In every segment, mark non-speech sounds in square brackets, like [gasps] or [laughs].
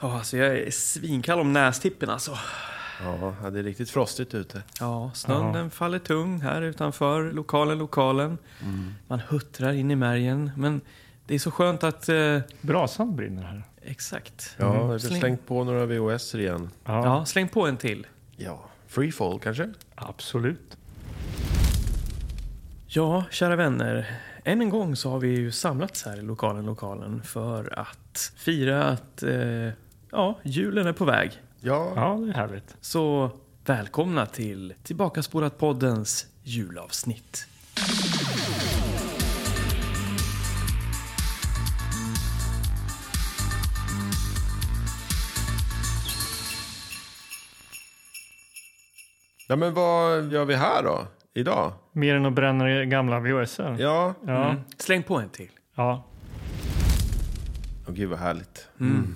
Ja, alltså jag är svinkall om nästippen alltså. Ja, det är riktigt frostigt ute. Ja, snön den faller tung här utanför lokalen, lokalen. Man huttrar in i märgen, men det är så skönt att... Eh, Brasan brinner här. exakt. Ja, jag Mm. har Släng- slängt på några VHS igen. Ja, Ja, släng på en till. Ja. Freefall kanske? absolut. Ja, kära vänner. Än en gång så har vi ju samlats här i lokalen, lokalen för att fira att eh, ja, julen är på väg. Ja. Ja, det är härligt. Så välkomna till Tillbakaspolat-poddens julavsnitt. ja. men vad gör vi här då? Idag? Mer än att bränna gamla VHSer. Mm. Ja. Ja. Mm. Släng på en till. ja. Åh gud vad härligt. Mm.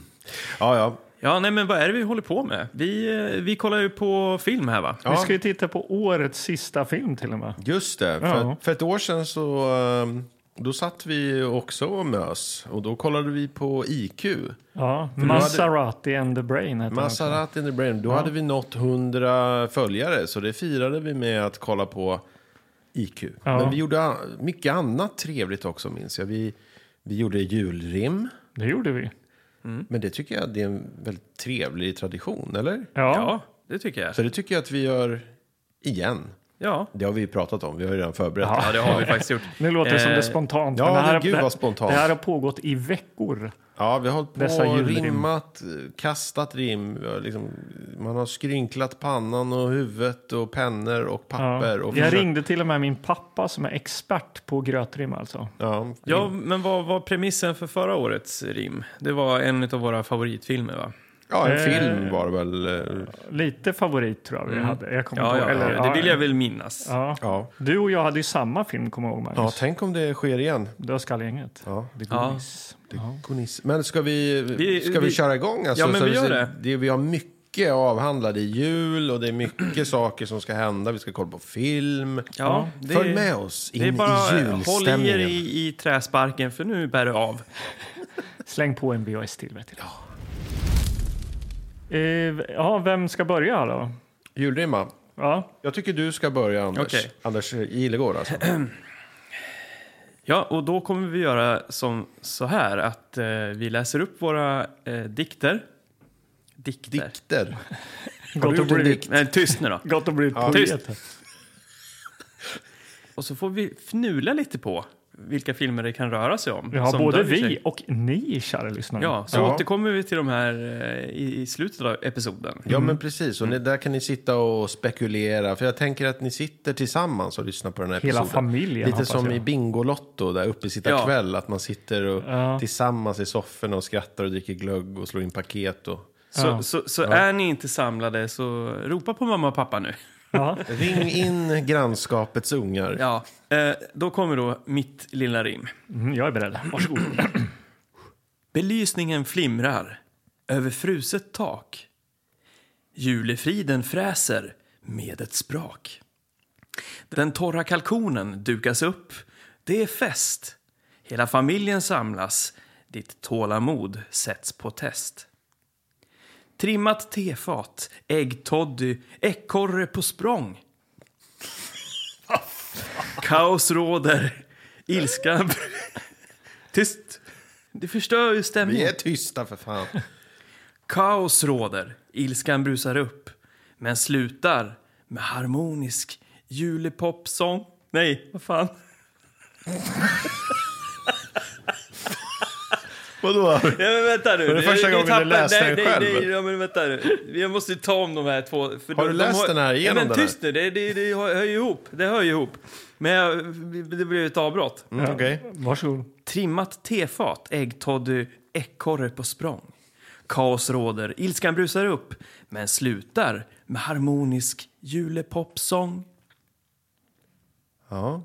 Ja, ja. Ja, nej men vad är det vi håller på med? Vi, eh, vi kollar ju på film här va? ja. Vi ska ju titta på årets sista film till och med. Just det. Ja. För, för ett år sedan så ehm, då satt vi också och mös. Och då kollade vi på IQ. Ja, Maserati and the Brain heter den också. Maserati in the brain. Då hade vi nått 100 följare. Så det firade vi med att kolla på IQ. Ja. Men vi gjorde an- mycket annat trevligt också minns jag. Vi, vi gjorde julrim. Det gjorde vi. Mm. Men det tycker jag det är en väldigt trevlig tradition, eller? Ja, Ja, det tycker jag. Så det tycker jag att vi gör igen. Ja, Det har vi ju pratat om. Vi har ju redan förberett. ja det har vi faktiskt gjort. nu låter det som det är Eh, spontant. ja, men det men gud det- vad spontant. Det här har pågått i veckor. Ja, vi har hållit på Dessa och julrim. rimmat, kastat rim. vi har Liksom, man har skrynklat pannan och huvudet och pennor och papper. Och jag försökt- ringde till och med min pappa som är expert på grötrim alltså. Ja, Ja, men vad var premissen för förra årets rim? Det var en av våra favoritfilmer va? ja, en Eh, film var det väl. eh, Lite favorit tror jag vi hade. Jag kommer Ja, på, ja, eller, ja, det vill jag väl minnas. Ja. Ja. Du och jag hade ju samma film kommer jag ihåg ja, Magnus. tänk om det sker igen. Dödskallgänget. Ja. The Ja. Goonies. Ja. Gonis. Men ska vi, Vi- ska vi, vi- köra igång? Alltså, Ja, men Så- vi gör så- det. Vi har mycket avhandlade i jul och det är mycket [clears throat] saker som ska hända. Vi ska kolla på film. Ja, det, Följ med oss in det är bara, i Håll i er julstämningen. i, i träsparken för nu bär det av. Släng på en VHS till vet du. Eh, ja, vem ska börja då? Julrimma. Ja, Jag tycker du ska börja, Anders. Okej. Anders [laughs] Ilegård alltså. Ja, och då kommer vi göra som så här att eh, vi läser upp våra eh, dikter. Dikter? Dikter. gott att, gjort en bli, dikt? Nej, tyst nu då. gott att bli tyst. poet. Och så får vi fnula lite på vilka filmer det kan röra sig om. Ja, som både döljer vi sig. och ni kära lyssnare. Ja, så Ja. återkommer vi till de här eh, i, i slutet av episoden. Ja, Mm. men precis. Och ni, där kan ni sitta och spekulera. För jag tänker att ni sitter tillsammans och lyssnar på den här Hela episoden. familjen, Lite hoppas som jag. i Bingolotto, där uppe sitta Ja. kväll. Att man sitter och, Ja. tillsammans i sofforna och skrattar och dricker glögg och slår in paket. Och... Så, Ja. så, så är ni inte samlade så ropa på mamma och pappa nu. Ja. Ring [laughs] in grannskapets ungar. Ja. Eh, då kommer då mitt lilla rim. Mm, jag är beredd. Varsågod. Belysningen flimrar över fruset tak. Julefriden fräser med ett sprak. Den torra kalkonen dukas upp. Det är fest. Hela familjen samlas. Ditt tålamod sätts på test. Trimmat tefat, äggtoddy, ekorre på språng. Kaos råder. Ilskan... [laughs] Tyst! Det förstör ju stämningen. Vi är tysta för [laughs] fan. Kaos råder, ilskan brusar upp, men slutar med harmonisk julepopsång. Nej, vad fan. Vadå? Ja, men vänta nu. Var det första gången du läste nej, den nej, själv? Nej, ja, men vänta nu. Jag måste ju ta om de här två. för Har de, du de läst den här igenom ja, men den här? Tyst nu, det, det, det hör ju ihop. Det hör ju ihop. Men jag, det blev ett avbrott. Mm, Okej. Varsågod. Trimmat tefat, äggtoddy, ekorre på språng. Kaos råder, ilskan brusar upp, men slutar med harmonisk julepopsång. Ja.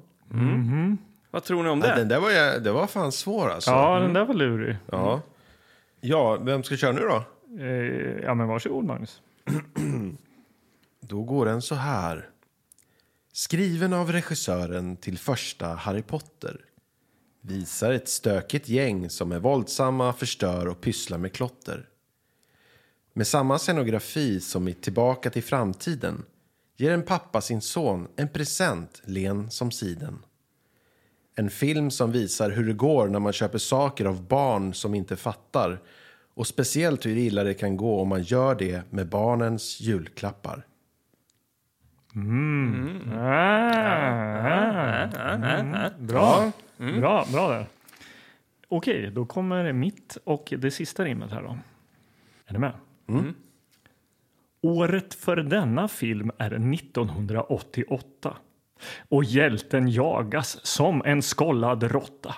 Vad tror ni om Ja, det? den där var, jag- det var fan svår alltså. Ja, den där var lurig. Ja. ja, vem ska köra nu då? Eh, ja, men varsågod Magnus. Då går den så här. Skriven av regissören till första Harry Potter. Visar ett stökigt gäng som är våldsamma, förstör och pysslar med klotter. Med samma scenografi som i Tillbaka till framtiden ger en pappa sin son en present len som siden. En film som visar hur det går när man köper saker av barn som inte fattar och speciellt hur illa det kan gå om man gör det med barnens julklappar. Mm. Bra. Bra, bra där. Okej, då kommer mitt och det sista rimmet här då. Är ni med? Året för denna film är 1988 och hjälten jagas som en skollad råtta.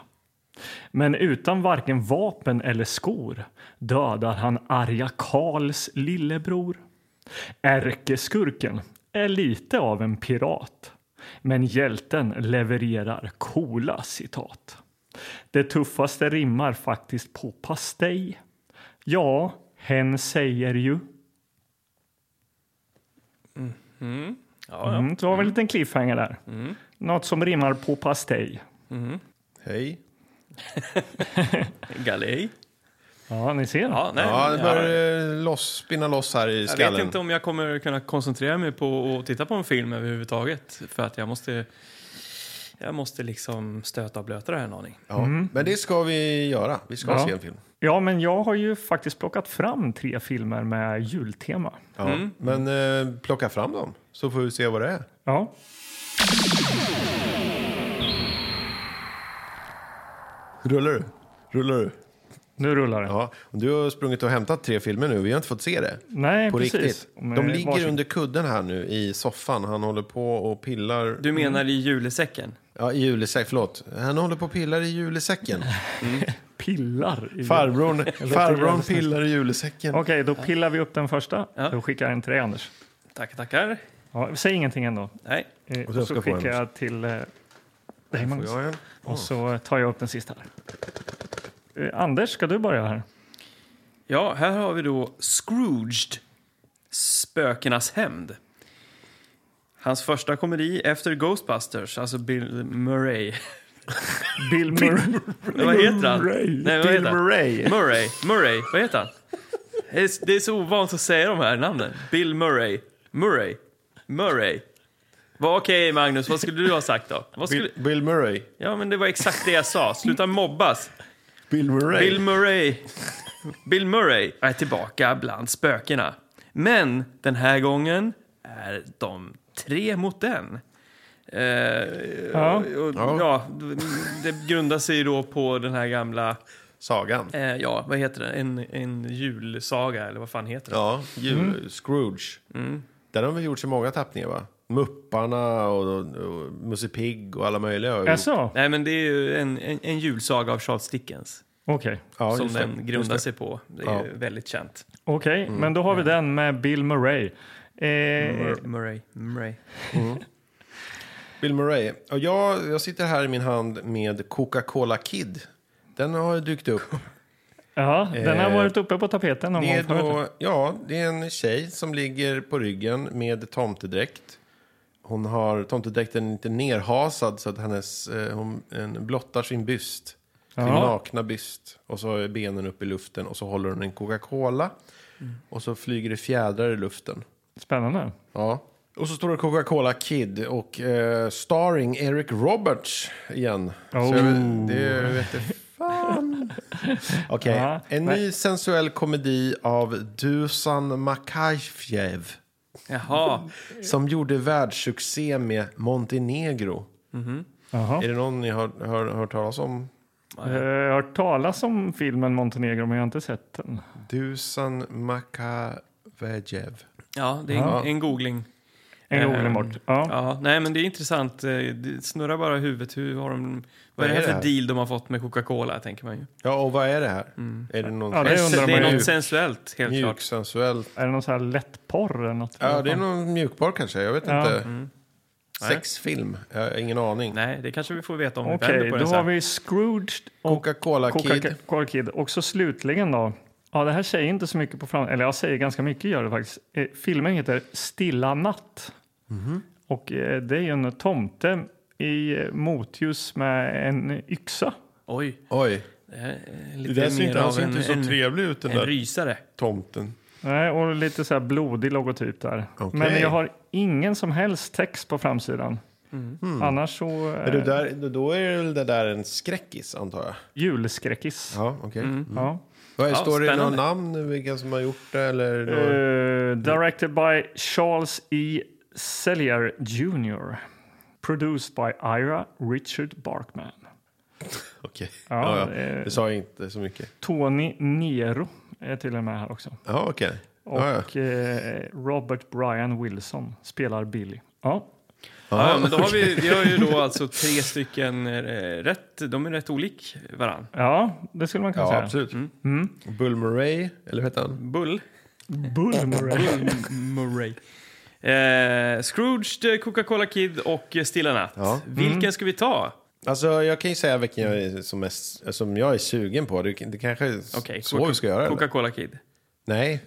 Men utan varken vapen eller skor dödar han arga Karls lillebror. Ärkeskurken är lite av en pirat men hjälten levererar coola citat. Det tuffaste rimmar faktiskt på pastej. Ja, hen säger ju. Mm-hmm. Ja, Mm. ja. Mm, så har vi en liten cliffhanger där. Något som rimmar på pastej. Hej. Galej. Ja, ni ser. Ja, nej, Ja, men det jag- börjar eh, loss, spinna loss här i jag skallen. vet inte om jag kommer kunna koncentrera mig på att titta på en film överhuvudtaget. För att jag måste, jag måste liksom stöta och blöta det här en aning. Ja, Men det ska vi göra. Vi ska Ja. se en film. Ja, men jag har ju faktiskt plockat fram tre filmer med jultema. Ja. Mm. Men eh, plocka fram dem så får vi se vad det är. Ja. Rullar du? Rullar du? Nu rullar det. Ja. och Du har sprungit och hämtat tre filmer nu. Vi har inte fått se det. Nej, På precis. riktigt. Om, De eh, ligger varsin- under kudden här nu i soffan. Han håller på och pillar... Du menar i julesäcken? Ja, i julesäcken. Förlåt. Han håller på och pillar i [laughs] julesäcken. pillar. i- Farbrorn, farbrorn jävligt snyggt. pillar i julesäcken. Okej, då pillar vi upp den första. Ja. Då skickar jag en till dig, Anders. Tackar, tackar. Ja, säg ingenting ändå. Nej. Eh, Och sen ska och så jag få en skickar jag till eh, dig, Får Magnus. jag en? Och så tar jag upp den sista. Här. Eh, Anders, ska du börja här? Ja, här har vi då Scrooged, Spökenas hämnd. Hans första komedi efter Ghostbusters, alltså Bill Murray. Bill Murray. Men vad heter han? Murray. Nej, vad Bill heter han? Murray. Murray. Murray. Vad heter han? Det är- Det är så ovant att säga de här namnen. Bill Murray. Murray. Murray. Vad okej, Magnus. Vad skulle du ha sagt då? Vad skulle... Bill, Bill Murray. Ja, men det var exakt det jag sa. Sluta mobbas. Bill Murray. Bill Murray. Bill Murray är tillbaka bland spökena. Men den här gången är de tre mot en. Eh, Ja. och, ja. det grundar sig då på den här gamla Sagan. Eh, ja, vad heter det? En, en julsaga, eller vad fan heter det? Ja, jul, Mm. Scrooge. Där har vi gjort så många tappningar, va? Mupparna och, och Musse Pigg och alla möjliga. har vi gjort. Jaså? Nej, men det är ju en, en, en julsaga av Charles Dickens Okej. Ja, som just det. den grundar Just sig på. Det är Ja. ju väldigt känt. Okej, Mm. men då har vi den med Bill Murray. Eh, Mur- Murray. Murray. det. Bill Murray. Och jag, jag sitter här i min hand med Coca-Cola Kid. Den har [laughs] dykt upp. ja, den har Eh, varit uppe på tapeten någon Det gång är, förut. då, ja, det är en tjej som ligger på ryggen med tomtedräkt. Hon har tomtedräkten lite nerhasad så att hennes, eh, hon en, blottar sin byst. Sin Ja. nakna byst. Och så är benen upp i luften och så håller hon en Coca-Cola. Och så flyger det fjädrar i luften. Spännande. Ja. Och så står det Coca-Cola Kid och eh, starring Eric Roberts igen. Så jag, Oh. vet- det vet jag [laughs] fan. Okej, Ja, en ny sensuell komedi av Dusan Makajfjev Jaha. som gjorde världssuccé med Montenegro. Mm-hmm. Oh, Jaha. Är det någon ni har, har hört talas om? Eh, Jag har hört talas om filmen Montenegro, men jag har inte sett den. Dusan Makajfjev. Ja, det är en, en googling. En Eh, googling bort. Ja. Ja, nej, men det är intressant. Eh, Det snurrar bara i huvudet. Hur har de, vad är det här för deal de har fått med Coca-Cola, tänker man ju. Mm. Ja, och vad är det här? Är det någon Ja, Det det undrar man är ju. något sensuellt, helt mjuk, klart. sensuell Är det någon sån här lättporr eller något? Ja, det är någon mjukbar kanske. Jag vet Ja. inte. Sexfilm? Jag har ingen aning. Mm. Nej, det kanske vi får veta om vi vänder Okej, på då den har sen. vi Scrooge och Coca-Cola Kid. Coca-Cola Kid. Och så slutligen då. Ja, det här säger inte så mycket på fram... Eller jag säger ganska mycket gör det faktiskt. Eh, filmen heter Stilla natt. Och eh, det är ju en tomte i eh, motljus med en yxa. Oj, Oj. det här är Det lite där ser mer inte, han av ser en, inte så en, trevlig ut, den en där rysare. tomten. Nej, och lite så här blodig logotyp där. Okej. Men jag har ingen som helst text på framsidan. Annars så... Mm. Är Eh, du där, då- då är väl det där en skräckis, antar jag? Julskräckis. Ja, okej. Ja. Vad är- Mm. Ja, Står det några spännande. namn, vilka som har gjort det? Eller några... Eh, directed by Charles E. Sellier Jr. Produced by Ira Richard Barkman. Okej. ja, Ja, ja. eh. Det sa jag inte så mycket. Tony Nero är till och med här också. Ja, okej. Och Ja, ja. eh, Robert Brian Wilson spelar Billy. Ja, Ja, men då har vi, vi har ju då alltså tre stycken eh, rätt. De är rätt olik varann. ja det skulle man kunna Ja, säga. Mm. absolut. Mm. Bull Murray, eller vad heter han? Bull. Bull Murray. [laughs] Murray. Eh, Scrooge, eh, Coca-Cola Kid och eh, Stilla Natt. Ja. Mm. Vilken ska vi ta? Alltså, jag kan ju säga vilken jag är som, är, som jag är sugen på. Det, det kanske är Okej, så Coca- vi ska göra. eller? Coca-Cola Kid. Nej,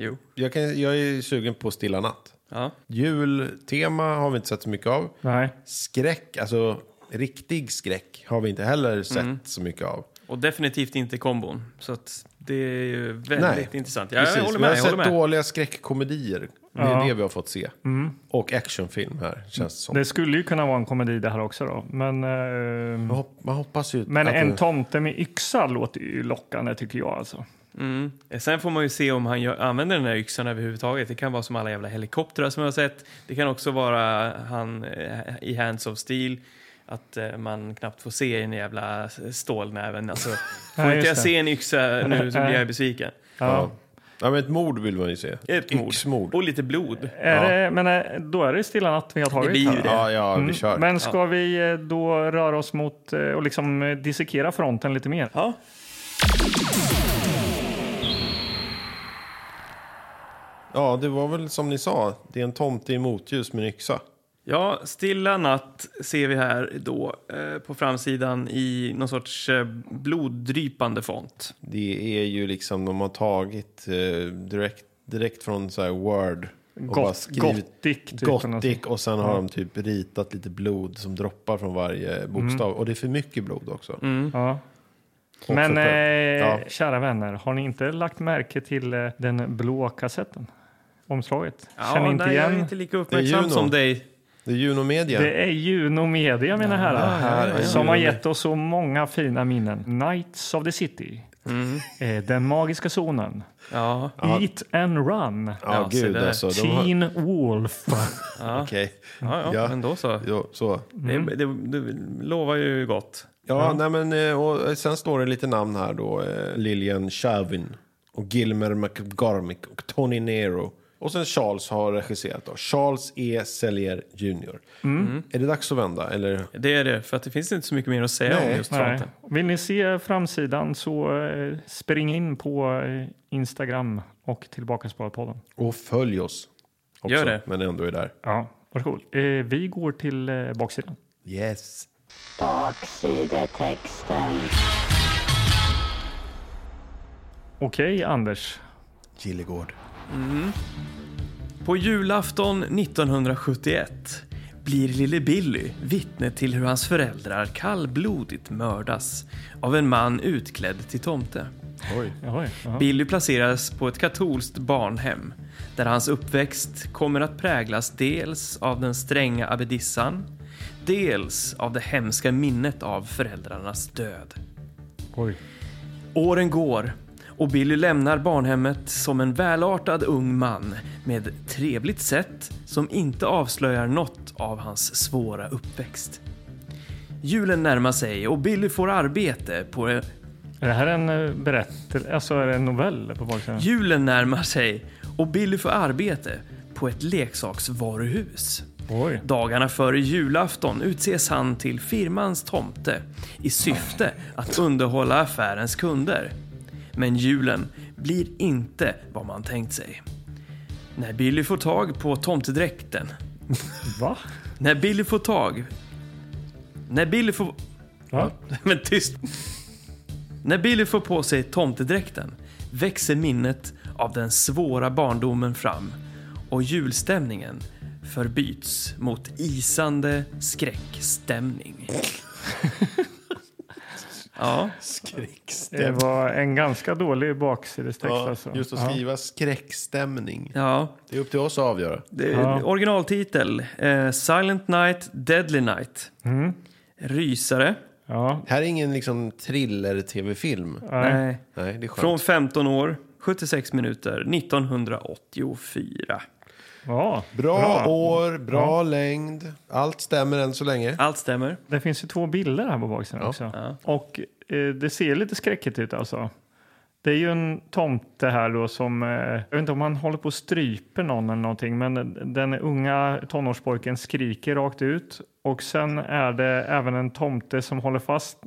Jo. jag, kan, jag är sugen på Stilla natt. Ja. Jultema har vi inte sett så mycket av. Nej. Skräck, alltså riktig skräck, har vi inte heller sett Mm. så mycket av. Och definitivt inte kombon. Så att det är ju väldigt Nej. intressant. Ja, jag håller vi har med. Jag håller sett med. dåliga skräckkomedier. Det är Ja. det vi har fått se. Mm. Och actionfilm här, känns det som. Det skulle ju kunna vara en komedi det här också då. Men, eh, Man, hopp, man hoppas ju... men att en det- tomte med yxa låter ju lockande tycker jag alltså. Mm. Sen får man ju se om han gör, använder den här yxan överhuvudtaget. Det kan vara som alla jävla helikoptrar som jag har sett. Det kan också vara han eh, i Hands of Steel. Att eh, man knappt får se den jävla stålnäven. [laughs] Alltså, får Ja, just inte jag det. se en yxa nu så blir jag besviken. Ja. ja, men ett mord vill man ju se. Ett mord. Yxmord. Och lite blod. Är det, men eh, då är det Stilla natt vi har tagit. Det blir ju här. det. Ja, ja, vi kör. Mm. Men ska vi eh, då röra oss mot eh, och liksom eh, dissekera fronten lite mer? Ja. Ja, det var väl som ni sa. Det är en tomte i motljus med en yxa. Ja, Stilla natt ser vi här då eh, på framsidan i någon sorts eh, bloddrypande font. Det är ju liksom, de har tagit eh, direkt, direkt från så här Word. Och bara Gott, skrivit gothic. Typ, eller något gothic och sen har de typ ritat lite blod som droppar från varje Mm. bokstav. Och det är för mycket blod också. sånt. Ja. Och Men för- eh, ja. kära vänner, har ni inte lagt märke till eh, den blå kassetten? Omslaget? Känner inte nej, igen? Jag är inte lika uppmärksam Juno. som dig. Det är Juno Media. Det är Juno Media, mina herrar, här är som har Juno. gett oss så många fina minnen. Knights of the City, eh, Den magiska zonen, Ja. Eat and Run, Ja, Ja, se gud där. alltså. De har... Teen Wolf. Okej. Ja, ja, men då så. Mm. Jo, så. Det, det, det lovar ju gott. Ja, nej men eh, och sen står det lite namn här då. eh, Lillian Chavin och Gilmer McGarmick och Tony Nero. Och sen Charles har regisserat då. Charles E. Sellier Jr. Är det dags att vända eller? Det är det, för att det finns inte så mycket mer att säga Nej. om just [laughs] Nej. fronten. Vill ni se framsidan så eh, spring in på eh, Instagram och Tillbakasparat-podden. Och följ oss. Också, Gör det. Men ändå är där. Ja, varsågod. Eh, vi går till eh, baksidan. Yes. Baksidetexten. Okej, Anders. Gillegård. På julafton 1971 blir lille Billy vittne till hur hans föräldrar kallblodigt mördas av en man utklädd till tomte. Oj. Jaha, ja. Billy placeras på ett katolskt barnhem där hans uppväxt kommer att präglas dels av den stränga abbedissan, dels av det hemska minnet av föräldrarnas död. Oj. Åren går och Billy lämnar barnhemmet som en välartad ung man med ett trevligt sätt som inte avslöjar något av hans svåra uppväxt. Julen närmar sig och Billy får arbete på Är det här en eh, berättelse? Alltså, är det en novell på baksidan? Julen närmar sig och Billy får arbete på ett leksaksvaruhus. Oj. Dagarna före julafton utses han till firmans tomte i syfte att underhålla affärens kunder. Men julen blir inte vad man tänkt sig. När Billy får tag på tomtedräkten. Va? När Billy får tag... När Billy får... Va? [laughs] Men tyst! När Billy får på sig tomtedräkten växer minnet av den svåra barndomen fram och julstämningen förbyts [laughs] mot isande skräckstämning. Ja. Det Skräckstämning. var en ganska dålig baksidestext Eh. Ja, alltså. just att skriva skräckstämning. ja. Det är upp till oss att avgöra. Det, Ja. Originaltitel. Eh, Silent Night, Deadly Night. Mm. Rysare. Ja. Här är ingen liksom thriller-tv-film. Ja. Nej. Nej. Nej, det är skönt. Från 15 år, 76 minuter, 1984. ja. Bra, år, bra längd. Allt stämmer än så länge. Allt stämmer. Det finns ju två bilder här på baksidan Ja. också. Och eh, det ser lite skräckigt ut alltså. Det är ju en tomte här då som, eh, jag vet inte om han håller på och stryper någon eller någonting, men den unga tonårspojken skriker rakt ut. Och sen är det även en tomte som håller fast,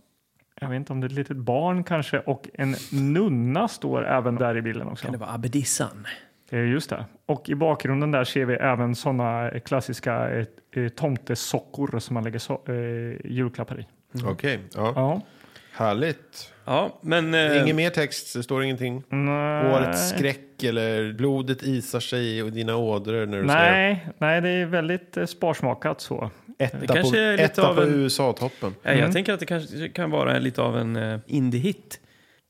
jag vet inte om det är ett litet barn kanske, och en nunna står även där i bilden också. Kan det vara Abedissan? Eh, Just det. Och i bakgrunden där ser vi även sådana klassiska eh, eh, tomtesockor som man lägger so- eh, julklappar i. Mm. Okej, ja. Ja. Härligt. Ja, men... eh, Ingen mer text, det står ingenting. Mm, Nej. Årets skräck eller blodet isar sig i dina ådror när du Nej, nej, det är väldigt eh, sparsmakat så. säger etta Det kanske på, är lite etta av på en- USA-toppen. ja, Mm. Jag tänker att det kanske kan vara lite av en eh, indie-hit.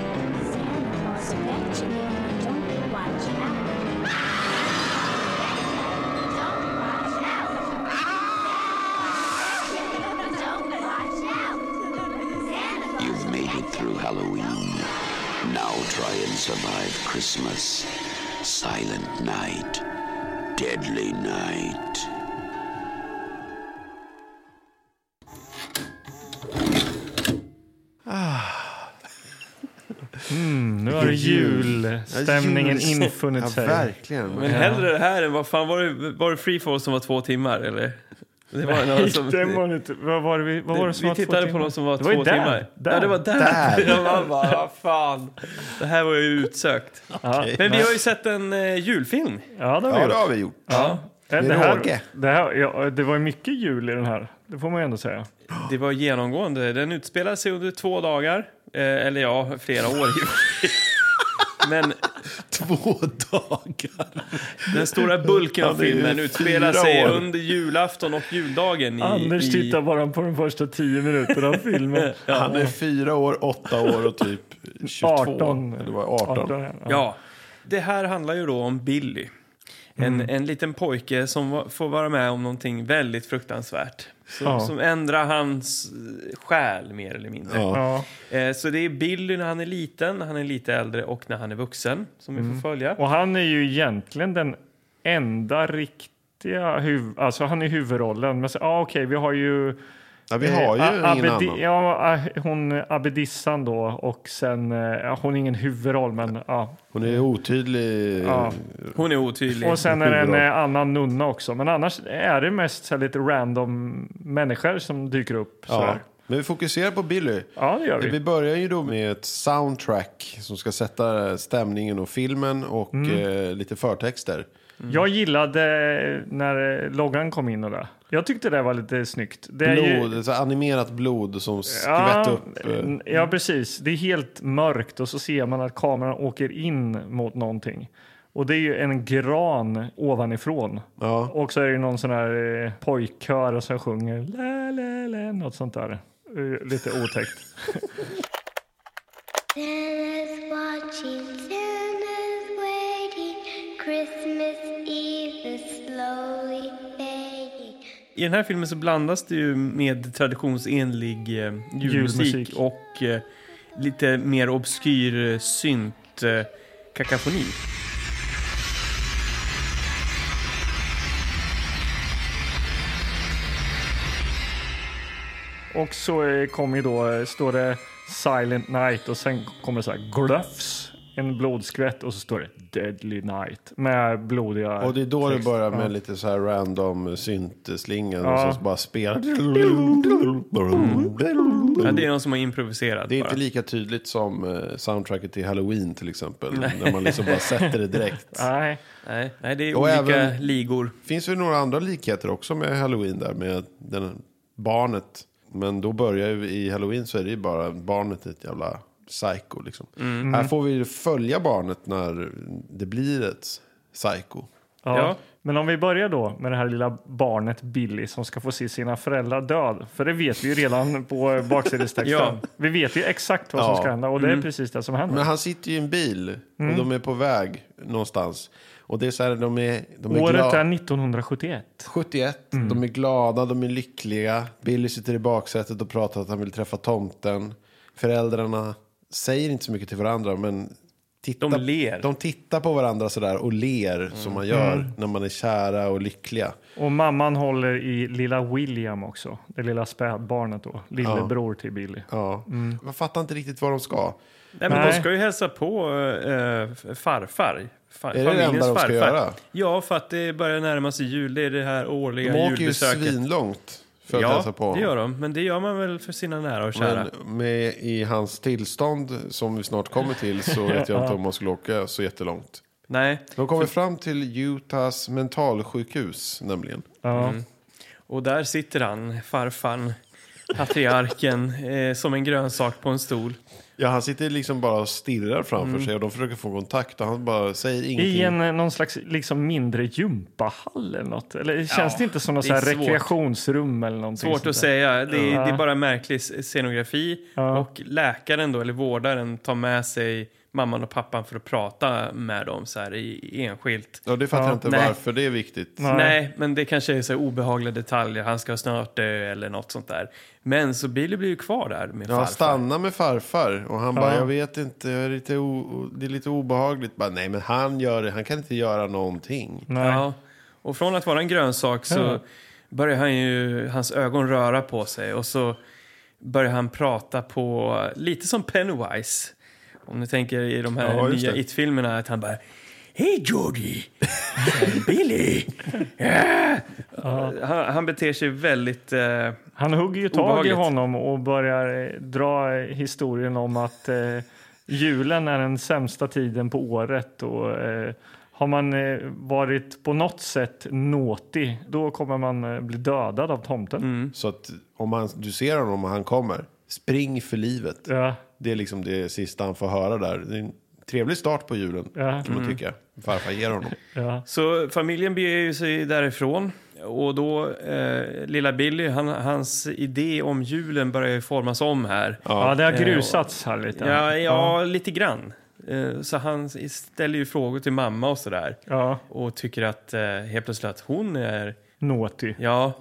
Claus eventually don't watch out. Don't watch out. Don't watch out. Santa You've made it through Halloween. Now try and survive Christmas. Silent night. Deadly night. Mm, Nu har julstämningen Ja, jul- infunnit sig. verkligen. Men hellre det här än vad fan var det, var det Free Fall som var två timmar eller? Det var någon som, Den var inte, vad var det vi, vad var det som vi var två tittade på timmar? någon som var Det två ju där, timmar. Där. Ja, det var där. Där. [laughs] Jag bara, bara, vad [laughs] fan. Det här var ju utsökt. ja. Men vi har ju sett en eh, julfilm. ja, det Ja, var ju det det. har vi gjort. Ja, Det Det, är här, Roger. det, här, ja, det var ju mycket jul i den här. Det får man ju ändå säga. Det var genomgående. Den utspelade sig under två dagar. Eh, eller ja, flera år. [laughs] i och för sig. Men Två dagar. den stora bulken av Ja, det är ju filmen utspelar fyra sig år. under julafton och juldagen. I, Anders i, tittar bara på de första tio minuterna av [laughs] filmen. Han är fyra år, åtta år och [laughs] typ 22. 18. Eller var det 18. 18 ja. Ja, det här handlar ju då om Billy. En, en liten pojke som va- får vara med om någonting väldigt fruktansvärt. Som, Ja. som ändrar hans eh, själ mer eller mindre. Ja. Ja. Eh, så det är Billy när han är liten, när han är lite äldre och när han är vuxen som vi får följa. Och han är ju egentligen den enda riktiga huv- alltså han är huvudrollen. Men så, ah, okej, vi har ju... Ja, vi har ju eh, ingen Abedi- annan. Ja, eh, hon eh, Abedissan då och sen, eh, ja, hon är ingen huvudroll men ja. Hon är otydlig. ja. Hon är otydlig. Och sen är det en Huvudroll. eh, annan nunna också. Men annars är det mest så här, lite random människor som dyker upp. Så Ja. ja. Men vi fokuserar på Billy. ja, det gör vi. Vi börjar ju då med ett soundtrack som ska sätta stämningen och filmen och Mm. eh, lite förtexter. Jag gillade när eh, loggan kom in och det. Jag tyckte det var lite snyggt. Det är ju- Mm. Blod, så här animerat blod som skvätt upp. eh, n- Ja, precis. Det är helt mörkt och så ser man att kameran åker in mot någonting. Och det är ju en gran ovanifrån. Ja. Och så är det ju någon sån här eh, pojkkör som sjunger la, la, la, något sånt där. Eh, Lite otäckt. Santa's watching, Santa's waiting. Christmas Eve is slowly fading. I den här filmen så blandas det ju med traditionsenlig eh, Julmusik. julmusik och eh, lite mer obskyr eh, synt eh, kakafoni. Och så eh, kommer ju då, eh, står det Silent Night och sen kommer det så här glöfs. En blodskvätt och så står det Deadly Night med blodiga... Och det är då det text. börjar Ja. med lite så här random syntslingan Ja. och så bara spelar. Ja, det är någon som har improviserat Det är bara. inte lika tydligt som eh, soundtracket till Halloween till exempel. När man liksom bara sätter det direkt. Nej. Nej, nej, det är Och olika även- ligor. Finns det några andra likheter också med Halloween där med den, barnet. Men då börjar ju i Halloween så är det ju bara barnet är ett jävla psycho liksom. Här får vi ju följa barnet när det blir ett psycho. Ja. Ja. Men om vi börjar då med det här lilla barnet Billy som ska få se sina föräldrar död. För det vet vi ju redan [laughs] på baksidestexten. Ja. Mm. Vi vet ju exakt vad som Ja. ska hända och det är precis det som Men händer. han sitter ju i en bil och de är på väg någonstans. Och det är så här, de är, de är Året glada. är 1971. 71, Mm. de är glada, de är lyckliga. Billy sitter i baksätet och pratar att han vill träffa tomten. Föräldrarna säger inte så mycket till varandra, men tittar, De ler. Mm. de tittar på varandra sådär och ler som man gör när man är kära och lyckliga. Och mamman håller i lilla William också. Det lilla spädbarnet då. Lillebror till Billy. Ja. Mm. Man fattar inte riktigt vad de ska. Nej, men de Nej. ska ju hälsa på eh, farfar. Far, Är det det familjens enda de ska farfar. göra? Ja, för att det börjar närma sig jul. Det är det här årliga De åker ju julbesöket. svinlångt för att hälsa ja, på. det gör de. Men det gör man väl för sina nära och kära. Men med, i hans tillstånd, som vi snart kommer [laughs] till, så vet jag inte om man skulle åka så jättelångt. Nej. De kommer fram till Utahs mentalsjukhus, nämligen. Ja. Mm. Och där sitter han, farfan, patriarken, [laughs] eh, som en grönsak på en stol. Ja, han sitter liksom bara och stirrar framför sig och de försöker få kontakt och han bara säger ingenting. Mm. I en, eh, någon slags liksom mindre gympahall eller något. Eller känns Ja, det inte som något det så här är svårt. rekreationsrum eller någonting? Svårt sånt att där? säga. Det är, Ja. det är bara märklig s- scenografi. Ja. Och läkaren då, eller vårdaren, tar med sig mamman och pappan för att prata med dem så här i, enskilt. Ja, det fattar Ja, jag inte nej. varför det är viktigt. Nej. Nej. men det kanske är så här obehagliga detaljer. Han ska snart dö eller något sånt där. Men så Billy blir ju kvar där med Ja, farfar. stanna med farfar och han bara, Ja. jag vet inte, jag är lite o- det är lite obehagligt. Bara, Nej, men han gör det, han kan inte göra någonting. Nej. Ja. Och från att vara en grönsak så Ja. börjar han ju, hans ögon röra på sig och så börjar han prata på, lite som Pennywise. Om ni tänker i de här Ja, just nya det. It-filmerna att han bara Hej Georgie! Billy! Ja. Han, han beter sig väldigt... Eh, Han hugger ju tag Obehagligt. i honom och börjar eh, dra eh, historien om att eh, julen är den sämsta tiden på året. Och, eh, har man eh, varit på något sätt nåtig, då kommer man eh, bli dödad av tomten. Mm. Så att om han, du ser honom och han kommer, spring för livet. Ja, Det är liksom det sista han får höra där. Det är en trevlig start på julen, Ja. kan man tycka. Farfar ger honom. ja. Så familjen beger ju sig därifrån och då eh, lilla Billy, han, hans idé om julen börjar ju formas om här. Ja. det har grusats här lite. Eh, Ja, ja, lite grann. Eh, Så han ställer ju frågor till mamma och sådär. ja. Och tycker att eh, helt plötsligt att hon är... Nåtig. Ja,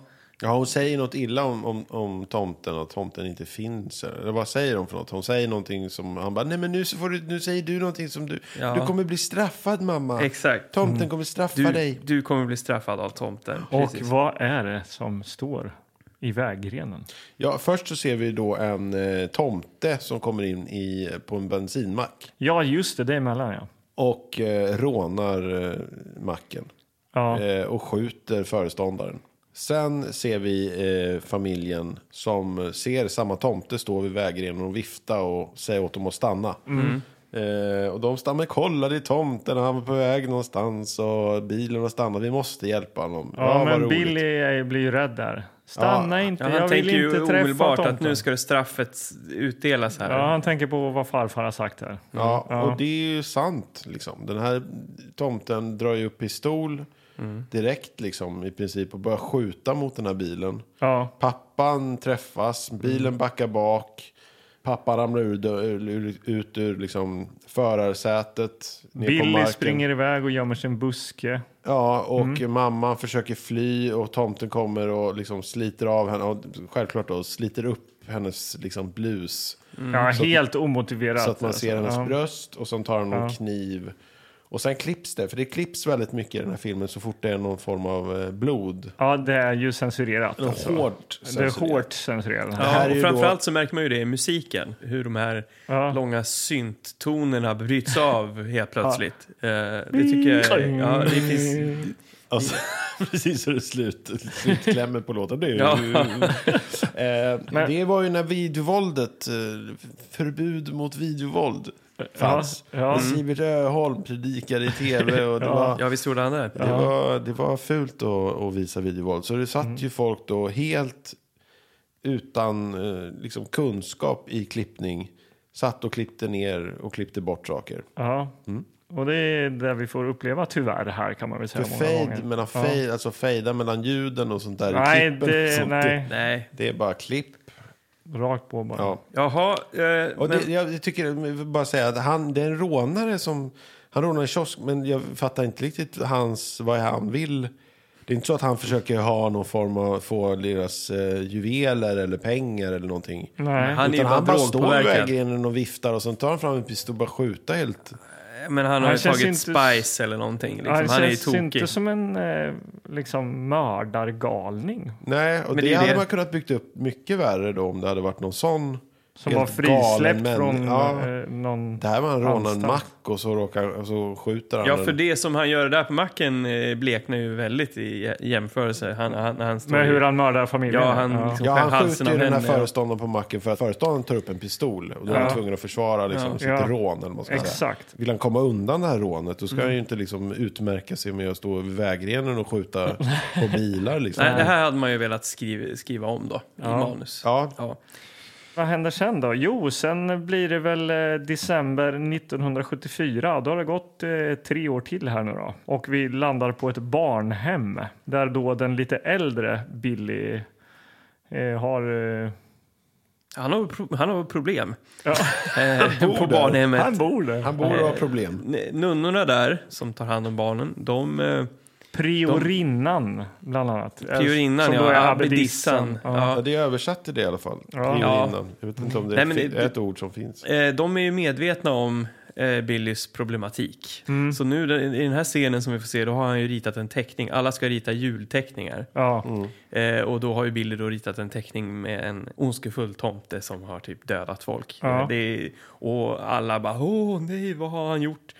Ja, hon säger något illa om, om, om tomten och att tomten inte finns. Eller vad säger hon för något? Hon säger någonting som han bara, nej men nu, så får du, nu säger du någonting som du, Ja. du kommer bli straffad mamma. exakt. Mm. Tomten kommer straffa Du, dig. du kommer bli straffad av tomten. Och Precis. vad är det som står i vägrenen? Ja, först så ser vi då en eh, tomte som kommer in i, på en bensinmack Ja, just det, det är emellan ja. och eh, rånar eh, macken ja. eh, och skjuter föreståndaren. Sen ser vi eh, familjen Mm. som ser samma tomte stå vid vägrenen och vifta och säga åt dem att stanna. Eh, och de stannar kollade i tomten och han var på väg någonstans och bilen har stannat. Vi måste hjälpa honom. Ja, vad men roligt. Billy eh, blir ju rädd där. Stanna inte, Ja, han jag vill tänker ju inte träffa omedelbart tomten. att nu ska det straffet utdelas här. Ja, han tänker på vad farfar har sagt här. Ja, Ja. och det är ju sant. Liksom. Den här tomten drar ju upp pistol Mm. direkt liksom, i princip och börjar skjuta mot den här bilen. Ja, Pappan träffas, Mm. bilen backar bak. Pappa ramlar ur, dö- ur, ut ur liksom, förarsätet. Ner på Billy marken. Mm. springer Mm. iväg och gömmer sin buske. Ja, och mamman försöker fly och tomten kommer och liksom sliter av henne. Och självklart då sliter upp hennes liksom, blus. Ja, helt omotiverat. Så att man ser hennes alltså. ja. bröst och sen tar han någon kniv. Och sen klipps det, för det klipps väldigt mycket i den här filmen så fort det är någon form av eh, blod. ja, det är ju censurerat. Alltså, Alltså. hårt Det är hårt censurerat. Ja, Ja. här är och ju framförallt så märker man ju det i musiken. Hur de här Ja. långa synttonerna [laughs] bryts av helt plötsligt. Eh, det tycker jag är- ja, det finns, Alltså, [laughs] precis hur det slut, slutklämmer på låten. Det, är ju, Ja. [laughs] eh, det var ju när videovåldet, eh, förbud mot videovåld, fanns. Ja, ja. Och Siewert Öholm predikade i tv och det var... ja, visst gjorde han det. Det, var, det var fult att, att visa videovåld. Så det satt Mm. ju folk då helt utan eh, liksom, kunskap i klippning. Satt och klippte ner och klippte bort saker. Mm. Och det är det vi får uppleva tyvärr här kan man väl säga För många fade, gånger. mellan fade, alltså fejda mellan ljuden och sånt där. i Nej, klippen och det, sånt. nej, Nej. Det är bara klipp. rakt på bara. Ja. Jaha, eh, Och men, det, jag tycker, jag vill bara säga att han, det är en rånare som, han rånar en kiosk, men jag fattar inte riktigt hans, vad han vill. Det är inte så att han försöker ha någon form av, få deras eh, juveler eller pengar eller någonting. Nej. han är ju Utan bara han bara står i drogpåverkad. vägrenen och viftar och sen tar han fram en pistol och börjar skjuta helt. Men han har Han ju känns tagit inte- spice eller någonting. Liksom. han, Han, är ju känns inte tokig. som en eh, liksom mördargalning Nej, Men och det, det är ju hade det- man kunnat byggt upp mycket värre då om det hade varit någon sån. som helt var galen frisläppt män- från Ja. eh, någon... Det här var han rånar en Anstalt. mack och så, råkar, och så skjuter han Ja, den. för det som han gör där på macken eh, bleknar ju väldigt i i jämförelse. Han, han, han står Med ju- hur han mördar familjen. Ja, han liksom Ja, skär han halsen skjuter ju av den här henne. föreståndaren på macken för att föreståndaren tar upp en pistol. Och då är han tvungen att försvara liksom, sitt Ja. rån. Eller vad man ska säga. Exakt. Vill han komma undan det här rånet då ska Mm. han ju inte liksom, utmärka sig med att stå vid vägrenen och [laughs] skjuta på bilar. Liksom. Nej, det här hade man ju velat skriva, skriva om då, i manus. Ja, Ja. Vad händer sen då? Jo, sen blir det väl eh, december 1974. Då har det gått eh, tre år till här nu då. Och vi landar på ett barnhem där då den lite äldre Billy eh, har... Eh, Han, har, pro- han har problem ja, [laughs] [laughs] eh, på barnhemmet. han bor där. han borde ha problem. N- Nunnorna där, som tar hand om barnen, de... Eh, Priorinnan, bland annat. Eh, priorinnan, som då är ja. abbedissan. Abbedissan. Ja. Ja, Ja. det är översatt till det i alla fall. Ja. Ja. Jag vet inte om det, Nej, men det- fin- är ett ord som finns. Eh, de är ju medvetna om eh, Billys problematik. Mm. Så nu den- i den här scenen som vi får se, då har han ju ritat en teckning. Alla ska rita julteckningar. Ja. Mm. Eh, och då har ju Billy då ritat en teckning med en ondskefull tomte som har typ dödat folk. Ja. Eh, det är, och alla bara åh nej, vad har han gjort?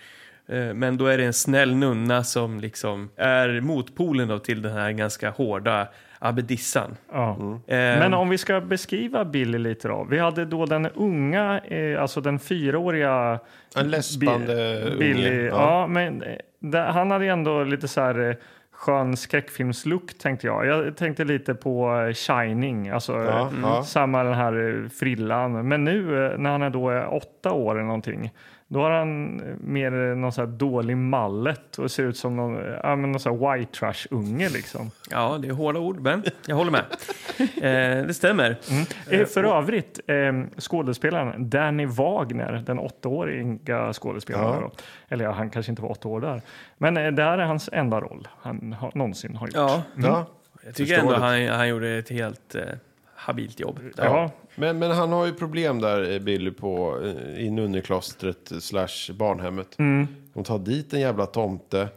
Eh, Men då är det en snäll nunna som liksom är motpolen då till den här ganska hårda abbedissan. Eh, Ja. Mm. Men Ehm. om vi ska beskriva Billy lite då. Vi hade då den unga, eh, alltså den fyraåriga En läspande Bi- unge. Billy. Ja. Ja. men eh, det, han hade ju ändå lite så här eh, skön skräckfilmslook tänkte jag. Jag tänkte lite på eh, Shining, alltså eh, Ja, mm. ja. samma den här eh, frillan. Men nu eh, när han är då eh, åtta år eller någonting, då har han eh, mer eh, någon så här dålig mallet och ser ut som någon, eh, ja, men någon så här white trash-unge liksom. Ja, det är hårda ord, men jag håller [laughs] med. eh, det stämmer. Eh, För övrigt, eh, skådespelaren Danny Wagner, den åttaåriga skådespelaren, då, eller ja, han kanske inte var åtta år där, men eh, det här är hans enda roll han har, någonsin har gjort. Ja, Ja. jag tycker ändå han, han gjorde ett helt eh, habilt jobb. där. Ja, Men, men han har ju problem där, eh, Billy, på, eh, i nunneklostret eh, slash barnhemmet. De tar dit en jävla tomte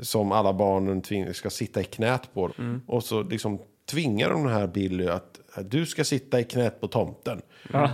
som alla barnen tving- ska sitta i knät på. Och så liksom tvingar de den här Billy att eh, du ska sitta i knät på tomten.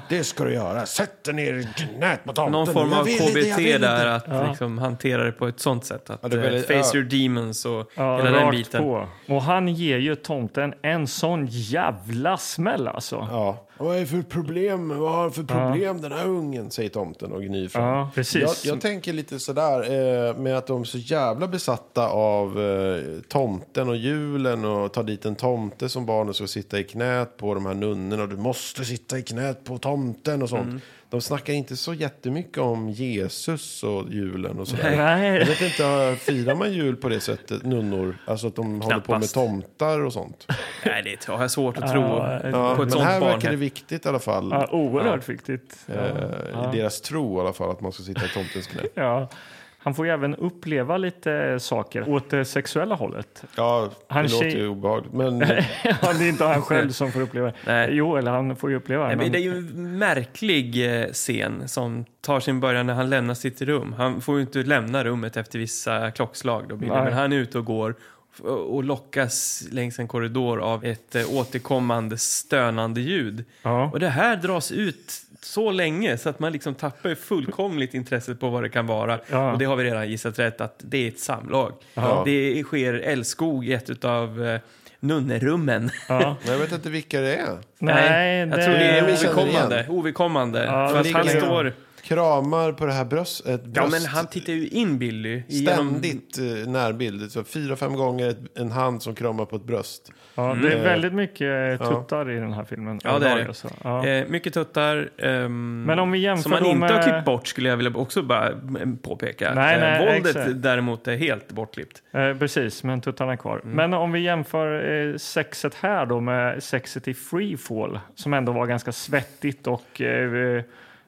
Det ska du göra. Sätt dig ner i knät på tomten. Någon form Jag av vill inte, jag vill KBT inte. där, att liksom hantera det på ett sånt sätt. Att Ja, det är eh, väldigt- face ja. your demons och ja, hela den rakt biten. på. Och han ger ju tomten en sån jävla smäll alltså. Ja. Vad är det för problem? Vad har han för problem den här ungen? Säger tomten och gnyr fram. Ja, precis. Jag, jag tänker lite sådär eh, med att de är så jävla besatta av eh, tomten och julen och ta dit en tomte som barnen ska sitta i knät på de här nunnorna. Du måste sitta i knät på tomten och sånt. De snackar inte så jättemycket om Jesus och julen och sådär. Jag Nej, vet inte, eh, firar man jul på det sättet, nunnor? Alltså att de håller på med Knappast. tomtar och sånt. Nej, det har jag svårt att tro Ja, på Men ett sånt här barn. verkar Här. det viktigt i alla fall. ja, oerhört viktigt. Ja. eh, I deras tro i alla fall, att man ska sitta i [laughs] tomtens knä. Ja. Han får ju även uppleva lite saker åt det sexuella hållet. Ja, Han det låter tjej- ju [laughs] obehagligt. Men eh, [laughs] Ja, det är inte han själv som får uppleva det. Nej. Jo, eller han får ju uppleva det. Nej, men men- det är ju en märklig eh, scen som tar sin början när han lämnar sitt rum. Han får ju inte lämna rummet efter vissa klockslag. Då, Billy, Nej. men han är ute och går f- och lockas längs en korridor av ett eh, återkommande stönande ljud. Ja. Och det här dras ut så länge så att man liksom tappar ju fullkomligt intresset på vad det kan vara. Ja. Och det har vi redan gissat rätt att det är ett samlag. Det sker älskog i ett av nunnerummen. Ja. men jag vet inte vilka det är. Nej, jag tror det är vi känner ovillkommande. igen. ovillkommande. Ja, för att han ligger- står... Kramar på det här bröstet. Ja, Bröst, men han tittar ju in Billy. Genom, Ständigt eh, närbild. Så fyra, fem gånger ett- en hand som kramar på ett bröst. Ja, det Mm. är väldigt mycket eh, tuttar i den här filmen. ja, det är överlag, det. alltså. Ja. Eh, mycket tuttar. ehm, Men om vi jämför som man då inte har med- klippt bort skulle jag vilja också bara mm, påpeka. Nej, nej, Våldet exakt. däremot är helt bortklippt. Eh, precis, men tuttarna är kvar. Mm. Men om vi jämför eh, sexet här då med sexet i Freefall som ändå var ganska svettigt och eh,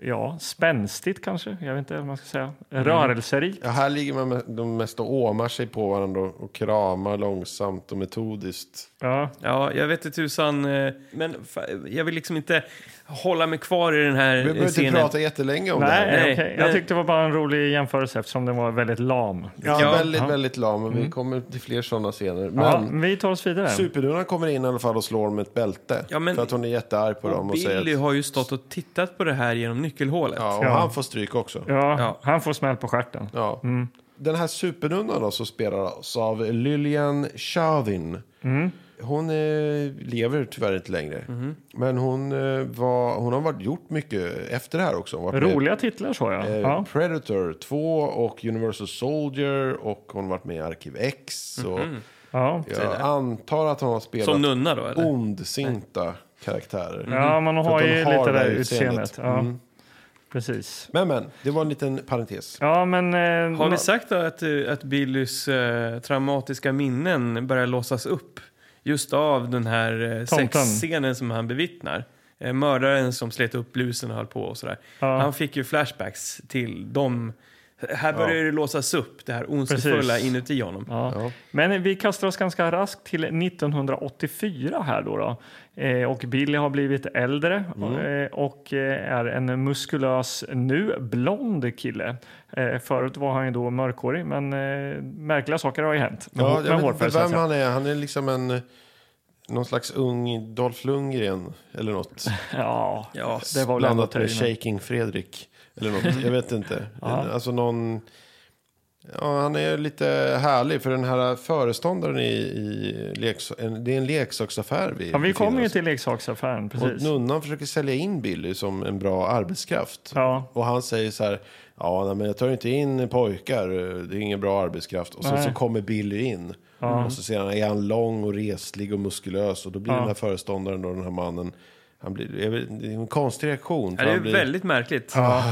ja, spänstigt kanske. Jag vet inte vad man ska säga. Mm. Rörelserikt. Ja, här ligger man med, de mest och åmar sig på varandra och kramar långsamt och metodiskt. Ja. Ja, jag vet inte tusan. eh, Men fa- jag vill liksom inte hålla mig kvar i den här Vi behöver eh, inte scenen. prata jättelänge om det Nej, här. Nej, okej. men- Jag tyckte det var bara en rolig jämförelse eftersom den var väldigt lam. Ja, Ja. Mm. väldigt, väldigt lam. Men Vi kommer till fler sådana scener. Ja, Men vi tar oss vidare. superdunnan kommer in i alla fall och slår med ett bälte. Ja, men- För att hon är jättearg på dem och Billy säger att, har ju stått och tittat på det här genom nyckelhålet. ja, och Ja. han får stryk också. Ja, Mm. Ja. Han får smäll på stjärten. Ja. Den här supernunnan då, som spelas av Lilian Chauvin. Mm. Hon eh, lever tyvärr inte längre. Mhm. Men hon, eh, var, hon har varit, gjort mycket efter det här också. Hon har varit med i Roliga titlar så jag. Eh, Ja. Predator 2 och Universal Soldier och hon har varit med i Arkiv X. Och Ja. Jag antar att hon har spelat Mhm. Som nunna då, Oh, eller? ondsinta karaktärer. Mm. ja, man För att har de ju lite har det det där här utseendet. utseendet. Mm. Ja. Precis. Men men, det var en liten parentes. Ja, men... Eh, Har nå- vi sagt då att, eh, att Billys eh, traumatiska minnen börjar låsas upp just av den här eh, Tomten. sexscenen som han bevittnar? Eh, mördaren som slet upp blusen och höll på och sådär. Ja. Han fick ju flashbacks till dem. Här börjar det låsas upp, det här ondskefulla Precis. inuti honom. Ja. Men vi kastar oss ganska raskt till 1984 här då. då. Eh, och Billy har blivit äldre Mm. eh, och eh, är en muskulös, nu blond kille. Eh, förut var han ju då mörkhårig, men eh, märkliga saker har ju hänt med, Ja, hår- med jag vet hårfärg. inte så att vem säga. han är. Han är liksom en... Någon slags ung Dolph Lundgren eller [laughs] något. Ja, Ja, det var väl ändå Blandat tur. med Shaking Fredrik. Eller något, jag vet [laughs] inte. Alltså någon... Ja, han är lite härlig för den här föreståndaren i, i leks, en, det är en leksaksaffär vi Ja, vi befinner kommer ju oss i. till leksaksaffären, Och precis. nunnan försöker sälja in Billy som en bra arbetskraft. Ja. Och han säger så här, ja nej, men jag tar inte in pojkar, det är ingen bra arbetskraft. Och sen Nej. så kommer Billy in. Och så ser han, är han lång och reslig och muskulös? Och då blir den här föreståndaren då, den här mannen, han blir, jag vet- det är en konstig reaktion. Ja, för det är han blir, väldigt märkligt. Ja,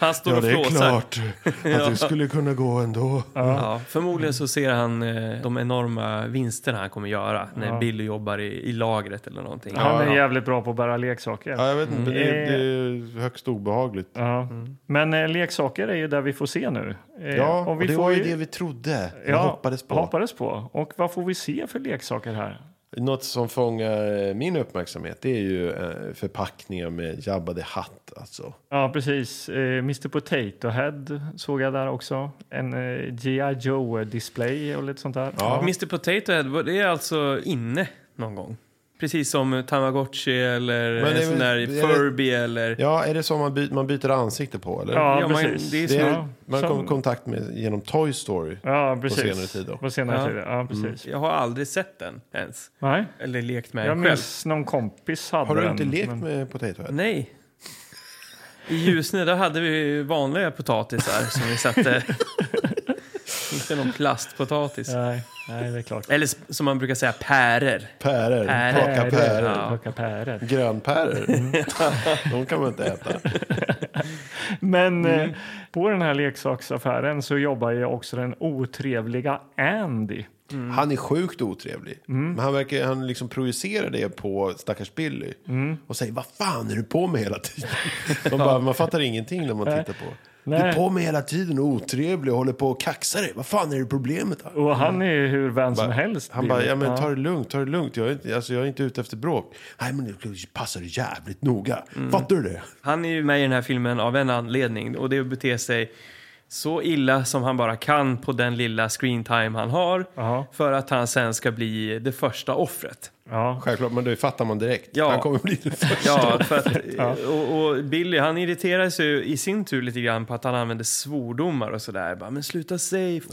han står Ah. Ja, och det är flåsar. [laughs] klart att det skulle kunna gå ändå. Ja, förmodligen så ser han eh, de enorma vinsterna han kommer göra när Billy jobbar i, i lagret eller någonting. Han är jävligt bra på att bära leksaker. Ja, jag vet inte, men det, är- det är högst obehagligt. Ja, Ja. Men eh, leksaker är ju där vi får se nu. Eh, och, det får var ju ju- det vi trodde, Ja, ja, hoppades på. hoppades på. Och vad får vi se för leksaker här? Något som fångar eh, min uppmärksamhet det är ju eh, förpackningar med Jabba the Hutt. Alltså. Ja, precis. Eh, Mr Potato Head såg jag där också. En eh, G.I. Joe-display och lite sånt där. Mr Potato Head, var det är alltså inne någon gång? Precis som Tamagotchi eller Men det är en sån väl- där är det- Furby eller... Ja, är det så man, by- man byter ansikte på? Eller? Ja, Ja, man- precis. det är Det är, ja, man som- kom i kontakt med genom Toy Story. ja, precis. senare tid då. Mm. På senare Ja. tid, ja precis. Jag har aldrig sett den ens. Nej, Eller lekt med jag den själv. minns någon kompis hade Har du den, inte lekt men- med Potato Head? Nej. I Ljusne där hade vi ju vanliga potatisar som vi satte... [laughs] Inte någon plastpotatis. Nej, nej, det är klart. Eller s- som man brukar säga, pärer. Pärer, Pärer. [laughs] plocka pärer. Ja. Plocka pärer. Grönpärer. Mm. [laughs] De kan man inte äta. Men Mm. eh, på den här leksaksaffären så jobbar ju också den otrevliga Andy. Han är sjukt otrevlig. Mm. Men han, verkar, han liksom projicerar det på stackars Billy. Mm. Och säger, vad fan är du på med hela [laughs] tiden? Man, bara, man fattar ingenting när man tittar på. Du är Nej. på med hela tiden och otrevlig och håller på och kaxar dig. Vad fan är det problemet? Här? Och han är ju hur vän som helst. Han Bill. bara, ja men ta det lugnt, ta det lugnt. Jag är inte, alltså, jag är inte ute efter bråk. Nej men det passar jävligt noga. Fattar du det? Han är ju med i den här filmen av en anledning och det är att bete sig så illa som han bara kan på den lilla screentime han har Jaha. för att han sen ska bli det första offret. Ja. Självklart, men det fattar man direkt. Ja. Han kommer bli det första. [laughs] Ja, för att, och, och Billy han irriterar sig ju i sin tur lite grann på att han använder svordomar och sådär. Bara, Men sluta säg fuck.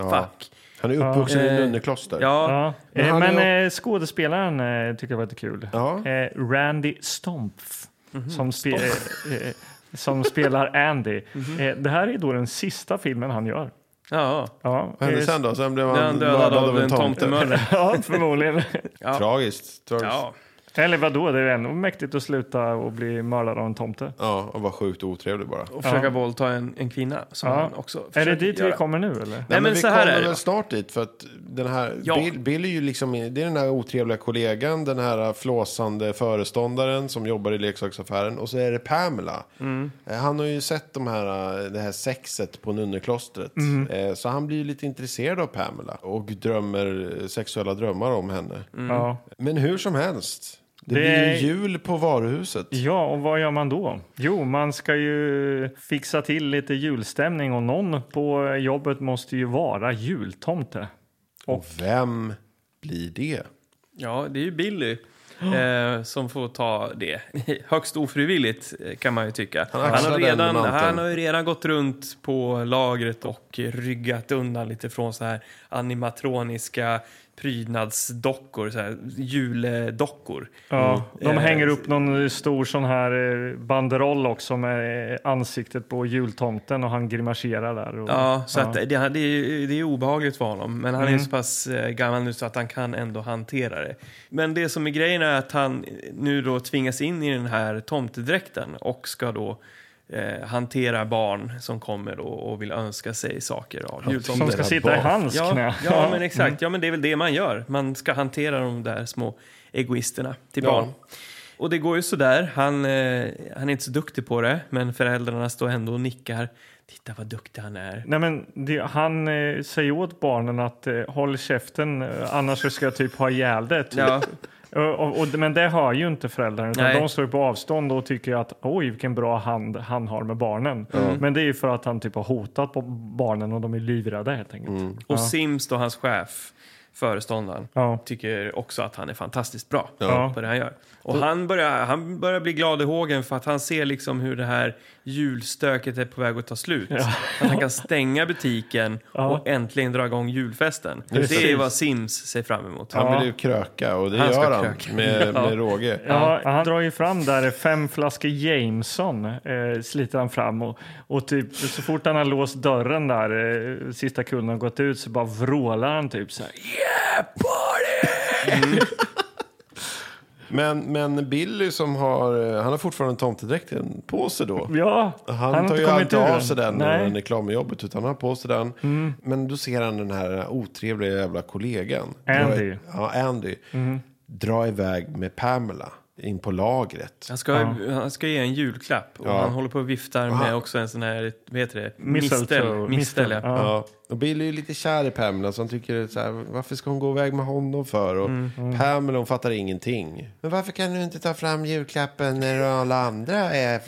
Han är uppvuxen i Eh, nunnekloster. Ja, Ja. Men Eh, han är Men, eh, skådespelaren eh, tycker jag var lite kul. Ja. Mhm. Eh, Randy Stompf som, spe, eh, eh, som spelar Andy. Mhm. eh, det här är då den sista filmen han gör. ja. Ja, Vad hände eh, sen då? Sen blev När han han dödad av en tomtemördare. [laughs] ja förmodligen. Ja. Tragiskt. Tragiskt. Ja. [laughs] Ja. Eller vadå, det är ju ändå mäktigt att sluta och bli mördad av en tomte. och var sjukt otrevlig bara. Och försöka våldta en, en kvinna som Ja. han också Är det försöker dit vi göra. kommer nu eller? Nej, men vi så här kommer är det väl då. snart dit för att den här Ja. Bill, Bill är ju liksom, det är den här otrevliga kollegan, den här flåsande föreståndaren som jobbar i leksaksaffären och så är det Pamela. Mm. Eh, Han har ju sett de här, eh, det här sexet på nunneklostret Mm. Eh, så han blir ju lite intresserad av Pamela och drömmer eh, sexuella drömmar om henne. Mm. Ja. Men hur som helst, det, Det blir är- ju jul på varuhuset. ja, och vad gör man då? Jo, man ska ju fixa till lite julstämning och någon på jobbet måste ju vara jultomte. Och vem blir det? Ja, det är ju Billy [gasps] eh, som får ta det. [laughs] Högst ofrivilligt eh, kan man ju tycka. Han, axlar har, den redan, manteln. han har ju redan gått runt på lagret och ryggat undan lite från så här animatroniska prydnadsdockor, så här juledockor. Ja, Mm. de Eh, hänger upp någon stor sån här eh, banderoll också med eh, ansiktet på jultomten och han grimaserar där. Och, Ja, så Att det, det, är, ju- det är obehagligt för honom. Men han Mm. är ju så pass eh, gammal nu så att han kan ändå hantera det. Men det som är grejen är att han nu då tvingas in i den här tomtedräkten och ska då eh, hantera barn som kommer då och vill önska sig saker av som jultomten. ska sitta i hans Ja, knä. Mm. ja, men exakt. Ja, men det är väl det man gör. Man ska hantera de där små egoisterna till Ja. barn. Och det går ju sådär. Han, eh, han är inte så duktig på det, men föräldrarna står ändå och nickar. Titta vad duktig han är. Nej, men det, han eh, säger åt barnen att eh, håll käften eh, annars så ska jag typ ha ihjäl det. Typ. Ja. Och, och, och, men det hör ju inte föräldrarna. Utan Nej. de står ju på avstånd och tycker att oj vilken bra hand han har med barnen. Mm. Men det är ju för att han typ har hotat på barnen och de är livrädda helt enkelt. [laughs] Mm. Och Sims, då hans chef, föreståndaren, Ja. tycker också att han är fantastiskt bra Ja. på det han gör. Och han börjar, han börjar bli glad i hågen för att han ser liksom hur det här julstöket är på väg att ta slut. Att han kan stänga butiken och äntligen dra igång julfesten. Det är vad Sims ser fram emot. Han vill ju kröka och det Han ska gör han kröka. [laughs] med, med råge. Ja, han drar ju fram där fem flaskor Jameson, eh, sliter han fram och, och typ så fort han har låst dörren där, eh, sista kunden har gått ut så bara vrålar han typ så här. Men, men Billy som har, eh, han har fortfarande tomtedräkten på sig då. Ja, Han, har tar inte ju kommit inte ur av den. sig den när Nej. han är klar med jobbet utan han har på sig den. Men då ser han den här otrevliga jävla kollegan. Andy. Dra, ja, Andy. Dra iväg med Pamela in på lagret. Han ska, han ska ge en julklapp och Ja. han håller på och viftar med också en sån här, vad heter det? Mistletoe. Mistel. Mistel, ja. Ja. Ja. Och Billy är lite kär i Pamela så han tycker så här, varför ska hon gå iväg med honom för? Och Pamela hon fattar ingenting. Men varför kan du inte ta fram julklappen när alla andra är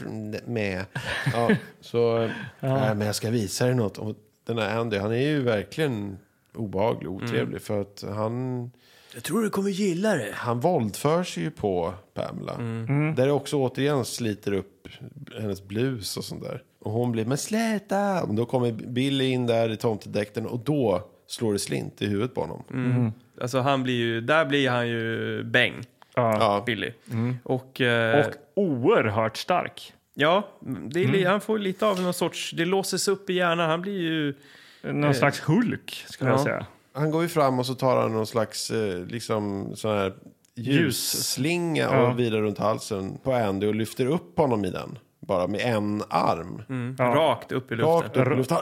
med? Ja, så, Nej, men jag ska visa dig något. Och den här Andy, han är ju verkligen obehaglig, otrevlig. För att han Jag tror du kommer gilla det. Han våldför sig ju på Pamela. Där det också återigen sliter upp hennes blus och sånt där. Och hon blir, men släta! Och då kommer Billy in där i tomtedräkten och då slår det slint i huvudet på honom. Alltså han blir ju, där blir han ju bäng, Ja. Ja. Billy. Och, eh, Och oerhört stark. ja, det är, li- han får lite av någon sorts, det låses upp i hjärnan. Han blir ju, Någon slags Hulk, skulle Eh. ja. jag säga. Han går ju fram och så tar han någon slags eh, liksom, sån här ljusslinga och Ja. virar runt halsen på Andy och lyfter upp honom i den. Bara med en arm. Ja. rakt upp i luften. Rakt upp i luften.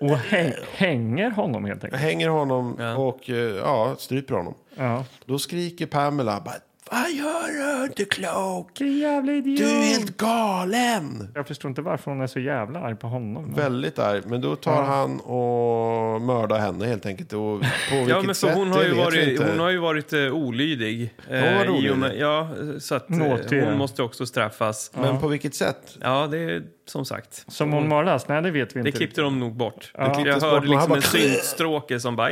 Och häng, hänger honom helt enkelt. Hänger honom och eh, ja, stryper honom. Ja. Då skriker Pamela bara, Vad gör du? Inte klok! Vilken jävla idiot! Du är helt galen! Jag förstår inte varför hon är så jävla arg på honom. Väldigt arg. Men då tar han och mördar henne helt enkelt. Och på vilket Ja, men så sätt, hon har, det ju vet jag varit, inte. hon har ju varit eh, olydig. Eh, har varit i och med- olydig. Ja, eh, så att eh, Nåtig. hon måste också straffas. Men på vilket sätt? Ja, det är som sagt. Som Mm. hon mördas? Nej, det vet vi Det inte. klippte de nog bort. Jag klipptes bort, hörde men liksom han en bara- syntstråke som bara...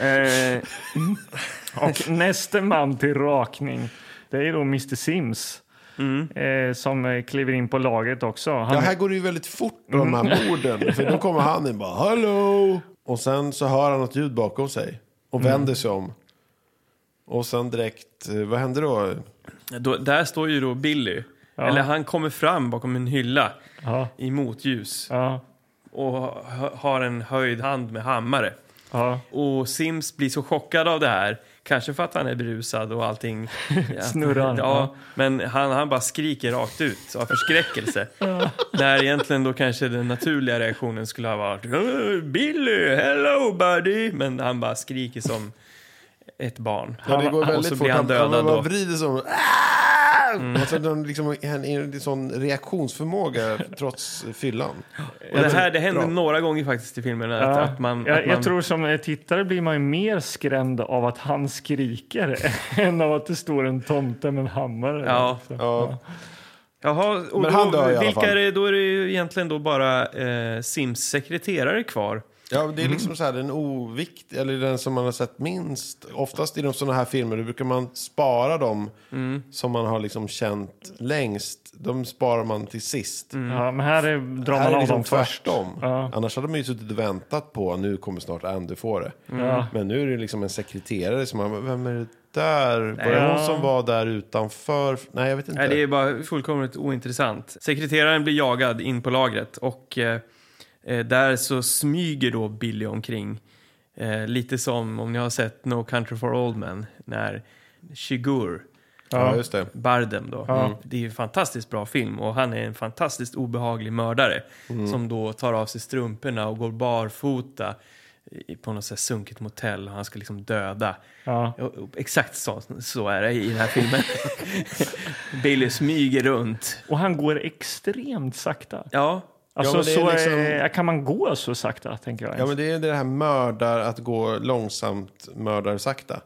Eh, [laughs] och nästa man till rakning, det är då Mr Sims. Eh, som eh, kliver in på laget också. Ja, Han, här går det ju väldigt fort med de Mm. här morden. För då kommer han in bara hallå! Och sen så hör han något ljud bakom sig. Och Mm. vänder sig om. Och sen direkt, eh, vad händer då? Då, där står ju då Billy. Eller han kommer fram bakom en hylla ja, i motljus ja, och ha- har en höjd hand med hammare. ja. Och Sims blir så chockad av det här, kanske för att han är brusad och [laughs] allting. Ja. Snurrar. Ja, men han, han bara skriker rakt ut av [laughs] förskräckelse. När egentligen då kanske den naturliga reaktionen skulle ha varit "Åh, Billy, hello buddy! Men han bara skriker som ett barn. Ja, det går och väldigt så fort. blir han han dödad bara då. Mm. vrider sig om. Ah! Och sen han liksom, han är en sån reaktionsförmåga trots fyllan. Och det här det händer Bra. några gånger faktiskt i filmen. Att, Ja, att man, jag, att man, jag tror som eh, tittare blir man ju mer skrämd av att han skriker [laughs] än av att det står en tomte med en hammare. Ja. Så. Ja. Jaha, och Men då, han dör i alla vilka fall. Är det, då är det ju egentligen då bara eh, Sims sekreterare kvar. Ja, det är Mm. liksom så här den ovikt eller den som man har sett minst. Oftast i de sådana här filmer, då brukar man spara dem Mm. som man har liksom känt längst. De sparar man till sist. Mm. Ja, men här är, drar Här man är av liksom dem först. tvärtom. Ja. Annars hade man ju suttit och väntat på nu kommer snart Andy få det. Ja. Men nu är det liksom en sekreterare som har, vem är det där? Var det Ja. hon som var där utanför? Nej, jag vet inte. Nej, det är bara fullkomligt ointressant. Sekreteraren blir jagad in på lagret och eh, eh, där så smyger då Billy omkring. Eh, lite som om ni har sett No Country for Old Men när Shigur, Ja, just det. Bardem då. Mm. Det är ju en fantastiskt bra film och han är en fantastiskt obehaglig mördare som då tar av sig strumporna och går barfota i- på något så här sunkigt motell och han ska liksom döda. Ja. Ja, Exakt så, så är det i den här filmen. Billy smyger runt. Och han går extremt sakta. Ja, Alltså, men det är så, liksom- eh, kan man gå så sakta, tänker jag. Ja, men det är det här mördar, att gå långsamt, mördar sakta.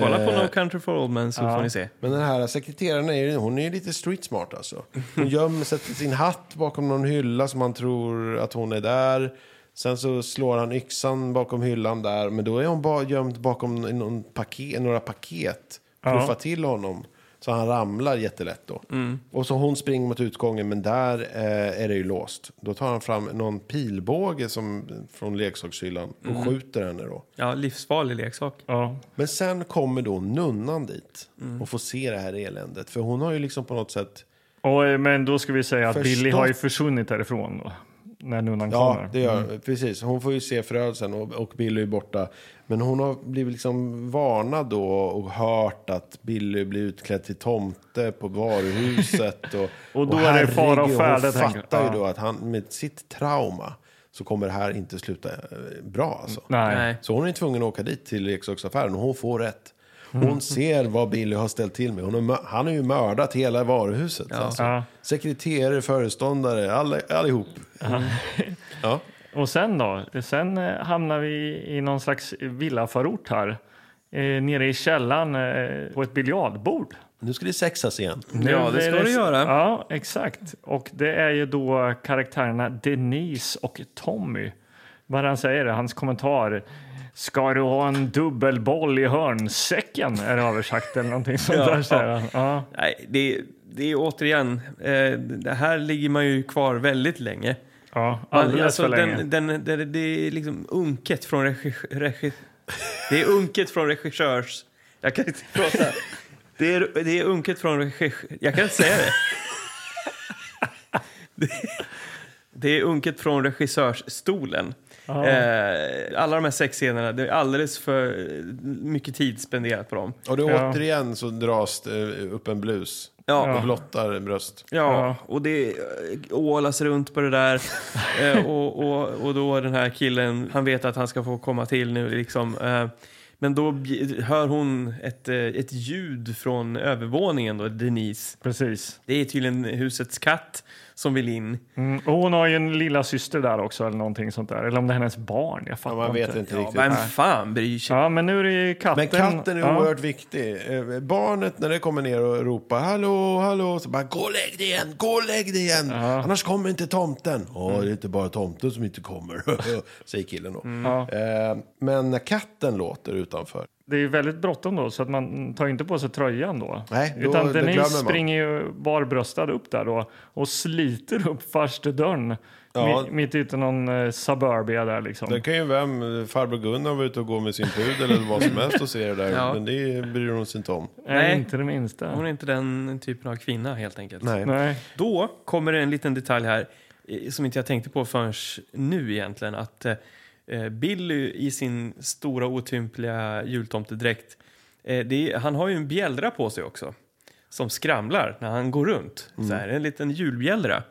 kolla på No Country for Old Men så får ni se. Men den här sekreteraren, är, ju- hon är ju lite street smart alltså. Hon gömmer, sätter sin hatt bakom någon hylla som han tror att hon är där. Sen så slår han yxan bakom hyllan där, men då är hon bara gömd bakom någon paket, några paket. Puffar till honom, så han ramlar jättelätt då. Och så hon springer mot utgången, men där eh, är det ju låst. Då tar han fram någon pilbåge som, från leksakshyllan och skjuter henne då. Ja, livsfarlig leksak. Ja. Men sen kommer då nunnan dit och får se det här eländet. För hon har ju liksom på något sätt... Och, eh, men då ska vi säga att Billy Förstått. har ju försvunnit därifrån då, när nunnan Ja, kommer. det gör Precis. Hon får ju se förödelsen och, och Billy är borta. Men hon har blivit liksom varnad då och hört att Billy blir utklädd till tomte på [laughs] varuhuset. Och, Och då är det fara och herregud, färde, Hon tänker jag. fattar Ja. ju då att han med sitt trauma så kommer det här inte sluta eh, bra alltså. Nej. Nej. Så hon är tvungen att åka dit till leksaksaffären och hon får rätt. Hon ser vad Billy har ställt till med. Hon har, mö- han har ju mördat hela varuhuset. Alltså. Ja. Sekreterare, föreståndare, alla, allihop. Ja. Och sen då? Sen eh, hamnar vi i någon slags villaförort här. Eh, nere i källaren eh, på ett biljardbord. Nu ska det sexas igen. Ja, det ska är du göra. Ja, exakt. Och det är ju då karaktärerna Denise och Tommy Vad är det han säger? Hans kommentar. Ska du ha en dubbelboll i hörnsäcken? Är det översatt eller någonting [laughs] sånt Ja, där säger han. Ja. Nej, det, det är återigen, eh, det här ligger man ju kvar väldigt länge. Ja, alldeles Alltså, för länge. Den, den, den, det är liksom unket från regissör... Regi, [laughs] det är unket från regissörs... Jag kan inte prata. Det är, det är unket från regissör... Jag kan inte säga det. [laughs] Det- Det är unket från regissörsstolen. Ja. Eh, Alla de här sexscenerna, det är alldeles för mycket tid spenderat på dem. Och det Ja. återigen så dras det upp en blus. Ja. Och blottar bröst. Ja, och det eh, ålas runt på det där. Eh, och, och, och då den här killen, han vet att han ska få komma till nu liksom. Eh, men då bj- hör hon ett, eh, ett ljud från övervåningen då, Denise. Precis. Det är tydligen husets katt som vill in. Mm. Och hon har ju en lilla syster där också eller någonting sånt där. Eller om det är hennes barn. Jag Ja, fattar man vet inte. inte riktigt. Vem fan bryr sig? Ja, men nu är det ju katten. Men katten är ja. oerhört viktig. Eh, Barnet när det kommer ner och ropar hallå, hallå, så bara gå och lägg dig igen, gå och lägg dig igen, annars kommer inte tomten. Åh, Mm. det är inte bara tomten som inte kommer, [laughs] säger killen då. Mm. Eh, Men när katten låter utanför, Det är ju väldigt bråttom då så att man tar ju inte på sig tröjan då. Nej, då- Utan det Denise glömmer man. springer ju barbröstad upp där då och sliter upp farstudörren. Ja. Mi- Mitt ute i någon eh, suburbia där liksom. där kan ju vem, farbror Gunnar vara ute och gå med sin pudel [laughs] eller vad som helst och se det där. Ja. Men det bryr hon sig inte om. Nej, Nej. inte det minsta. Hon är inte den typen av kvinna helt enkelt. Nej. Nej. Då kommer det en liten detalj här eh, som inte jag tänkte på förrän nu egentligen. Att eh, Billy i sin stora otympliga jultomtedräkt, eh, det är, han har ju en bjällra på sig också. Som skramlar när han går runt. Mm. Så här, en liten julbjällra.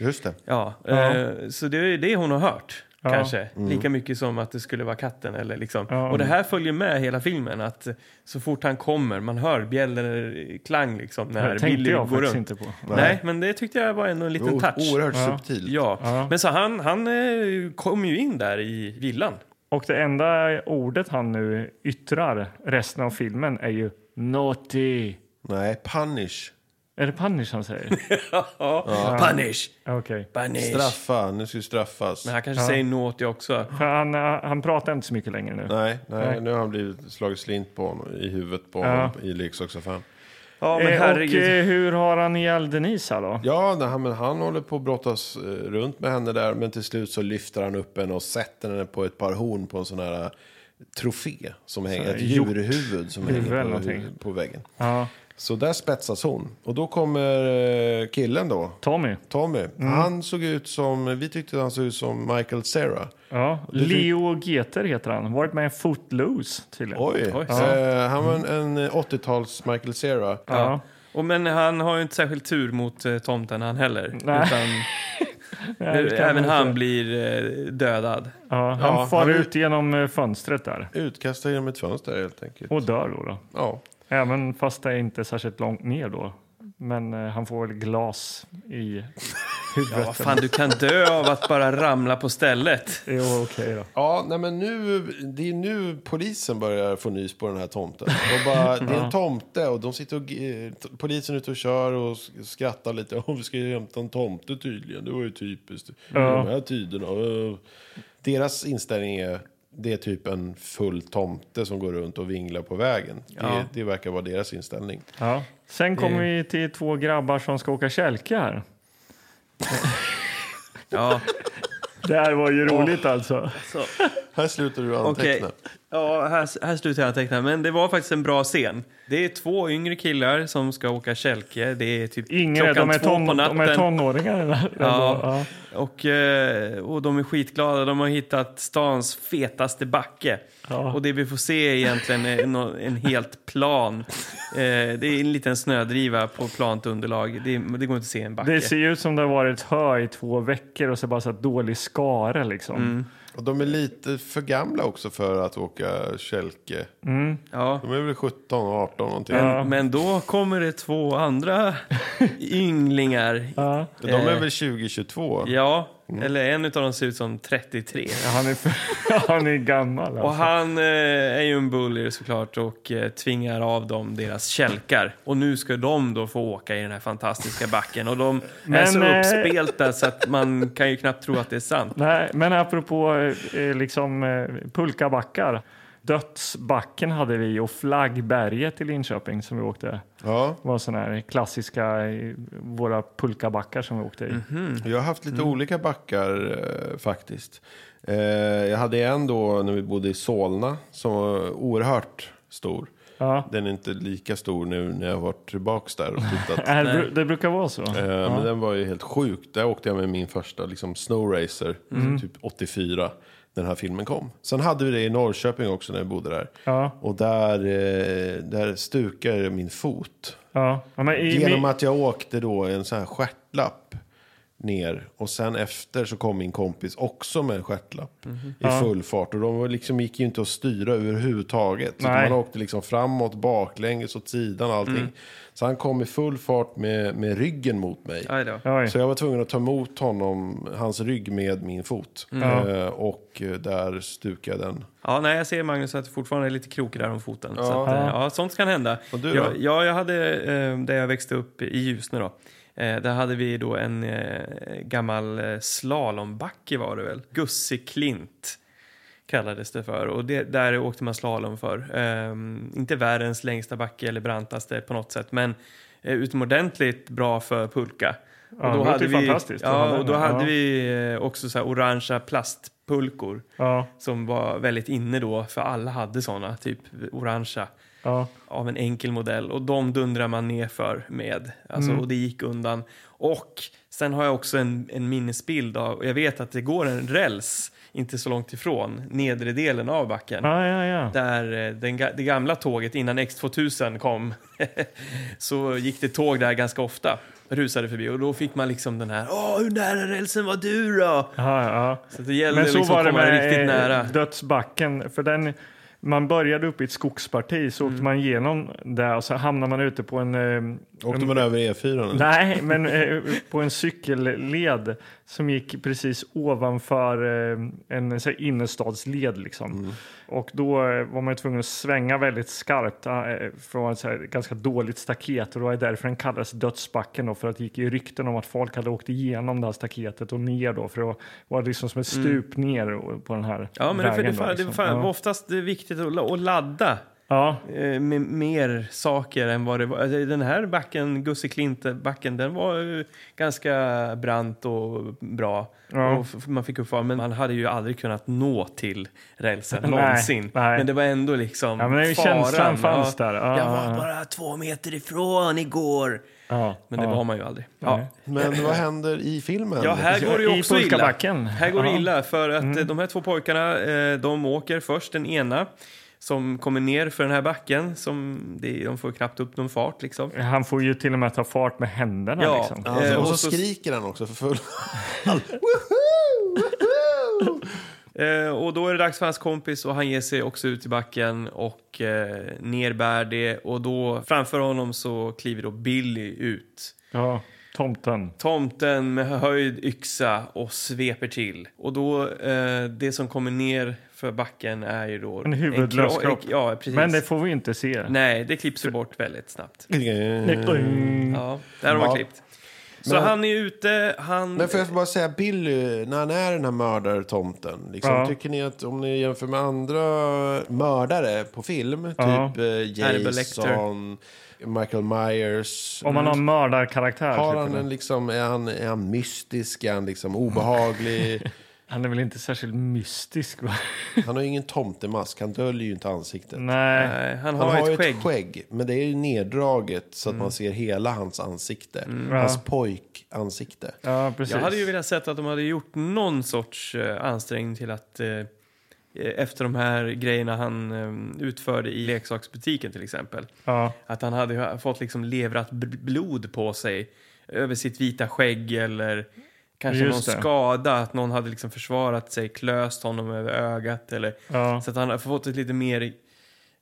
Just det. Ja, Eh, så det är det hon har hört. Kanske. Lika mycket som att det skulle vara katten. Eller liksom. Mm. Ja. Och det här följer med hela filmen. Att eh, så fort han kommer, man hör bjällrklang liksom, när Det tänkte Billy jag går faktiskt runt. inte på. Nej, men det tyckte jag var ändå en liten touch. Oerhört Ja. subtilt. Ja. Ja. men så han, han eh, kom ju in där i villan. Och det enda ordet han nu yttrar resten av filmen är ju naughty. Nej, punish. Är det punish han säger? [laughs] Punish! Okej. Punish! Straffa, nu ska du straffas. Men han kanske säger något jag också. För Han, eh, han pratar inte så mycket längre nu. Nej, nej, Nej. nu har han blivit slagit slint på honom, i huvudet på Ja. honom i leksaksaffären. Ja, men Eh, herregud. Och eh, hur har han ihjäl Denise här då? Ja, nej, han, men han håller på att brottas eh, runt med henne där, men till slut så lyfter han upp henne och sätter henne på ett par horn på en sån här eh, trofé, som hänger, ett hjort- djurhuvud som huvud hänger eller på, någonting. hu- på väggen. Ja. Så där spetsas hon. Och då kommer eh, killen då, Tommy? Tommy. Mm. Han såg ut som, vi tyckte han såg ut som Michael Cera. Ja. Leo Geter heter han. Varit med i Footloose tydligen. Oj, Oj. eh, han var en, Mm. en 80-tals Michael Cera. Ja. Och, men han har ju inte särskilt tur mot eh, tomten han heller. Nej. Utan, [laughs] Nej, det kan även man han inte. blir eh, dödad. Ja, han Ja, far han är- ut genom eh, fönstret där Utkastad genom ett fönster helt enkelt. och dör då. då. Ja. Även fast det är inte särskilt långt ner då. Men eh, han får väl glas i Ja, vad fan, du kan dö av att bara ramla på stället. Jo, okej då. Ja, nej men nu, det är nu polisen börjar få nys på den här tomten. De bara, det är en tomte och de sitter och, eh, t- polisen är ute och kör och s- skrattar lite. Åh, vi ska ju hämta en tomte tydligen, det var ju typiskt. De här tiderna. eh. Deras inställning är, det är typ en full tomte som går runt och vinglar på vägen. Det, det verkar vara deras inställning. Ja. Sen kommer vi till två grabbar som ska åka kälke här. Ja, Det här var ju roligt alltså. så. Här slutar du Okej. anteckna. Ja, här, här slutar jag teckna. Men det var faktiskt en bra scen. Det är två yngre killar som ska åka kälke. Det är typ Yngre, klockan de är, två ton, på de natten. är tonåringar. eller? Ja. Och, eh, och de är skitglada. De har hittat stans fetaste backe. Ja. Och det vi får se egentligen är en, en helt plan. Eh, det är en liten snödriva på plant underlag. Det, det går inte att se en backe. Det ser ju ut som det har varit hö i två veckor och så bara så här dålig skare liksom. Mm. Och de är lite för gamla också för att åka kälke. Ja. De är väl 17, 18 någonting. Men, men då kommer det [laughs] två andra ynglingar. De är väl 2022? Ja, Mm. Eller en av dem ser ut som 33. Han är, för, [laughs] han är gammal. Och Alltså. han eh, är ju en bullier såklart och eh, tvingar av dem deras kälkar. Och nu ska de då få åka i den här fantastiska backen. Och de är Men, så eh, uppspelta så att man kan ju knappt tro att det är sant. Nej, men apropå eh, eh, liksom, eh, pulkabackar. Dödsbacken hade vi och Flaggberget i Linköping som vi åkte. Ja, Det var sådana här klassiska, eh, våra pulkabackar som vi åkte i. Mhm. jag har haft lite Mm. olika backar eh, faktiskt. Eh, jag hade en då när vi bodde i Solna som var oerhört stor. Ja. Den är inte lika stor nu när jag har varit tillbaks där och tittat. [laughs] Äh, det bru- Det brukar vara så. Eh, Men den var ju helt sjuk. Där åkte jag med min första liksom, snowracer, Mm. typ 84, när den här filmen kom. Sen hade vi det i Norrköping också när jag bodde där. Ja. Och där, eh, där stukade min fot. Ja. Ja, men i, Genom min- att jag åkte då en sån här stjärtlapp ner. Och sen efter så kom min kompis också med en stjärtlapp i full fart. Och de var liksom, gick ju inte att styra överhuvudtaget. Utan Nej. Man åkte liksom framåt, baklänges, åt sidan och allting. Så han kom i full fart med, med ryggen mot mig. Aj då. Oj. Så jag var tvungen att ta emot honom, hans rygg med min fot. Eh, och eh, där stukade den. Ja, nej, jag ser Magnus att du fortfarande är lite krokig där om foten. Ja. Så Ja. att, eh, ja, sånt kan hända. Och du då? jag, ja, jag hade, eh, där jag växte upp i Ljusne då. Eh, där hade vi då en eh, gammal eh, slalombacke var det väl. Gusseklint kallades det för. Och det, där åkte man slalom för. Ehm, inte världens längsta backe eller brantaste på något sätt. Men eh, utomordentligt bra för pulka. Ja, det låter ju fantastiskt att ha Ja, den och då där. hade Ja. vi eh, också så här orangea plastpulkor Ja, som var väldigt inne då, för alla hade såna, typ orangea, ja. av en enkel modell. Och de dundrar man ner för med, alltså, Mm. och det gick undan. Och sen har jag också en, en minnesbild av, och jag vet att det går en räls, inte så långt ifrån, nedre delen av backen. Ja, ja, ja. Där eh, den, ga- det gamla tåget innan X2000 kom [laughs] så gick det tåg där ganska ofta. Rusade förbi och då fick man liksom den här Åh, hur nära rälsen var du då? Ja, ja. Så det gällde Men så liksom var det att komma med riktigt eh, nära. dödsbacken. För den, man började uppe i ett skogsparti, så Mm. åkte man igenom där och så hamnade man ute på en... eh, Åkte man över E E4? nu? Nej, men eh, på en cykelled som gick precis ovanför eh, en så här, innerstadsled. Liksom. Mm. Och då eh, var man ju tvungen att svänga väldigt skarpt eh, från ett så här, ganska dåligt staket. Och det var ju därför den kallades dödsbacken. Då, för att det gick ju rykten om att folk hade åkt igenom det här staketet och ner. Då, för det var- var liksom som ett stup ner och- på den här Mm. Ja, men det, för vägen. det, då, fan, det liksom. fan, var ja. oftast det är viktigt att, la- att ladda Ja. eh, med mer saker än vad det var. Alltså, Den här backen, Gusse-Klint-backen, den var ju ganska brant och bra. Ja. Och f- man fick upp fart, men man hade ju aldrig kunnat nå till rälsen [laughs] Nej, någonsin. nej. Men det var ändå liksom Ja, men det är ju faran. känslan fanns där. Ja, jag ja, var ja. bara två meter ifrån igår. Ja, Men det ja. var man ju aldrig. Ja. Men vad händer i filmen? Ja, här går det ju I också illa. pulkabacken. Här går det Ja. Mm. illa för att eh, de här två pojkarna, eh, de åker först den ena som kommer ner för den här backen. Som det, de får knappt upp någon fart liksom. Han får ju till och med ta fart med händerna. Ja. Liksom. Ja. Alltså, Eh, och så, och så- skriker han också för full... Eh, och då är det dags för hans kompis och han ger sig också ut i backen och eh, nerbär det. Och då framför honom så kliver då Billy ut. Ja, tomten. Tomten med höjd yxa och sveper till. Och då, eh, det som kommer ner för backen är ju då... En huvudlös kro- kropp. Ja, precis. Men det får vi inte se. Nej, det klipps ju bort väldigt snabbt. Mm. Ja, där har man Ja. klippt. Så han är ute, han... Men får jag bara säga, Billy, när han är den här mördartomten, liksom, Ja. tycker ni att om ni jämför med andra mördare på film, Ja. typ eh, Hannibal Lecter. Jason, Michael Myers, Om man har en mördarkaraktär. har typ, han eller? en liksom, är han, är han mystisk, är han liksom [laughs] obehaglig? han är väl inte särskilt [laughs] mystisk? Va? han har ju ingen tomtemask, han döljer ju inte ansiktet. Nej. Nej, han, Han har, ett skägg. men det är ju neddraget så att Mm. man ser hela hans ansikte. Hans pojkansikte. Ja, precis. Jag hade ju velat sett att de hade gjort någon sorts eh, ansträngning till att eh, eh, efter de här grejerna han eh, utförde i leksaksbutiken till exempel. ja. Att han hade ju fått liksom leverat bl- blod på sig över sitt vita skägg eller kanske Just någon det. skada. Att någon hade liksom försvarat sig, klöst honom över ögat eller Ja. så att han har fått ett lite mer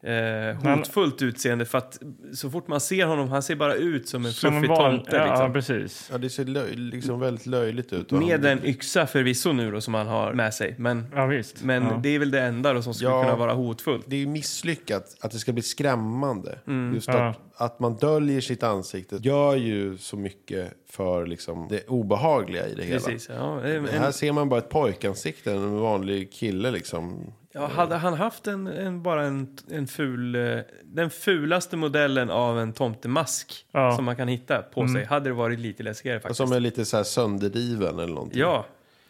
eh, hotfullt utseende för att så fort man ser honom, han ser bara ut som en Som en fluffig van- tomte. Ja, Liksom. precis. Ja, det ser löj, liksom väldigt löjligt ut. Och Med han- en yxa förvisso nu då som han har med sig. Men, Ja, visst. men ja. det är väl det enda då som skulle Ja. kunna vara hotfullt. Det är ju misslyckat att det ska bli skrämmande. Mm. Just Ja. att, att man döljer sitt ansikte gör ju så mycket för liksom, det obehagliga i det hela. Precis. Ja, en, Här en, ser man bara ett pojkansikte, en vanlig kille liksom. ja, hade han haft en, en, bara en, en ful, eh, den fulaste modellen av en tomtemask Ja. Mm. som man kan hitta på sig hade det varit lite läskigare faktiskt. Som är lite så här sönderriven eller Typ. någonting. Ja,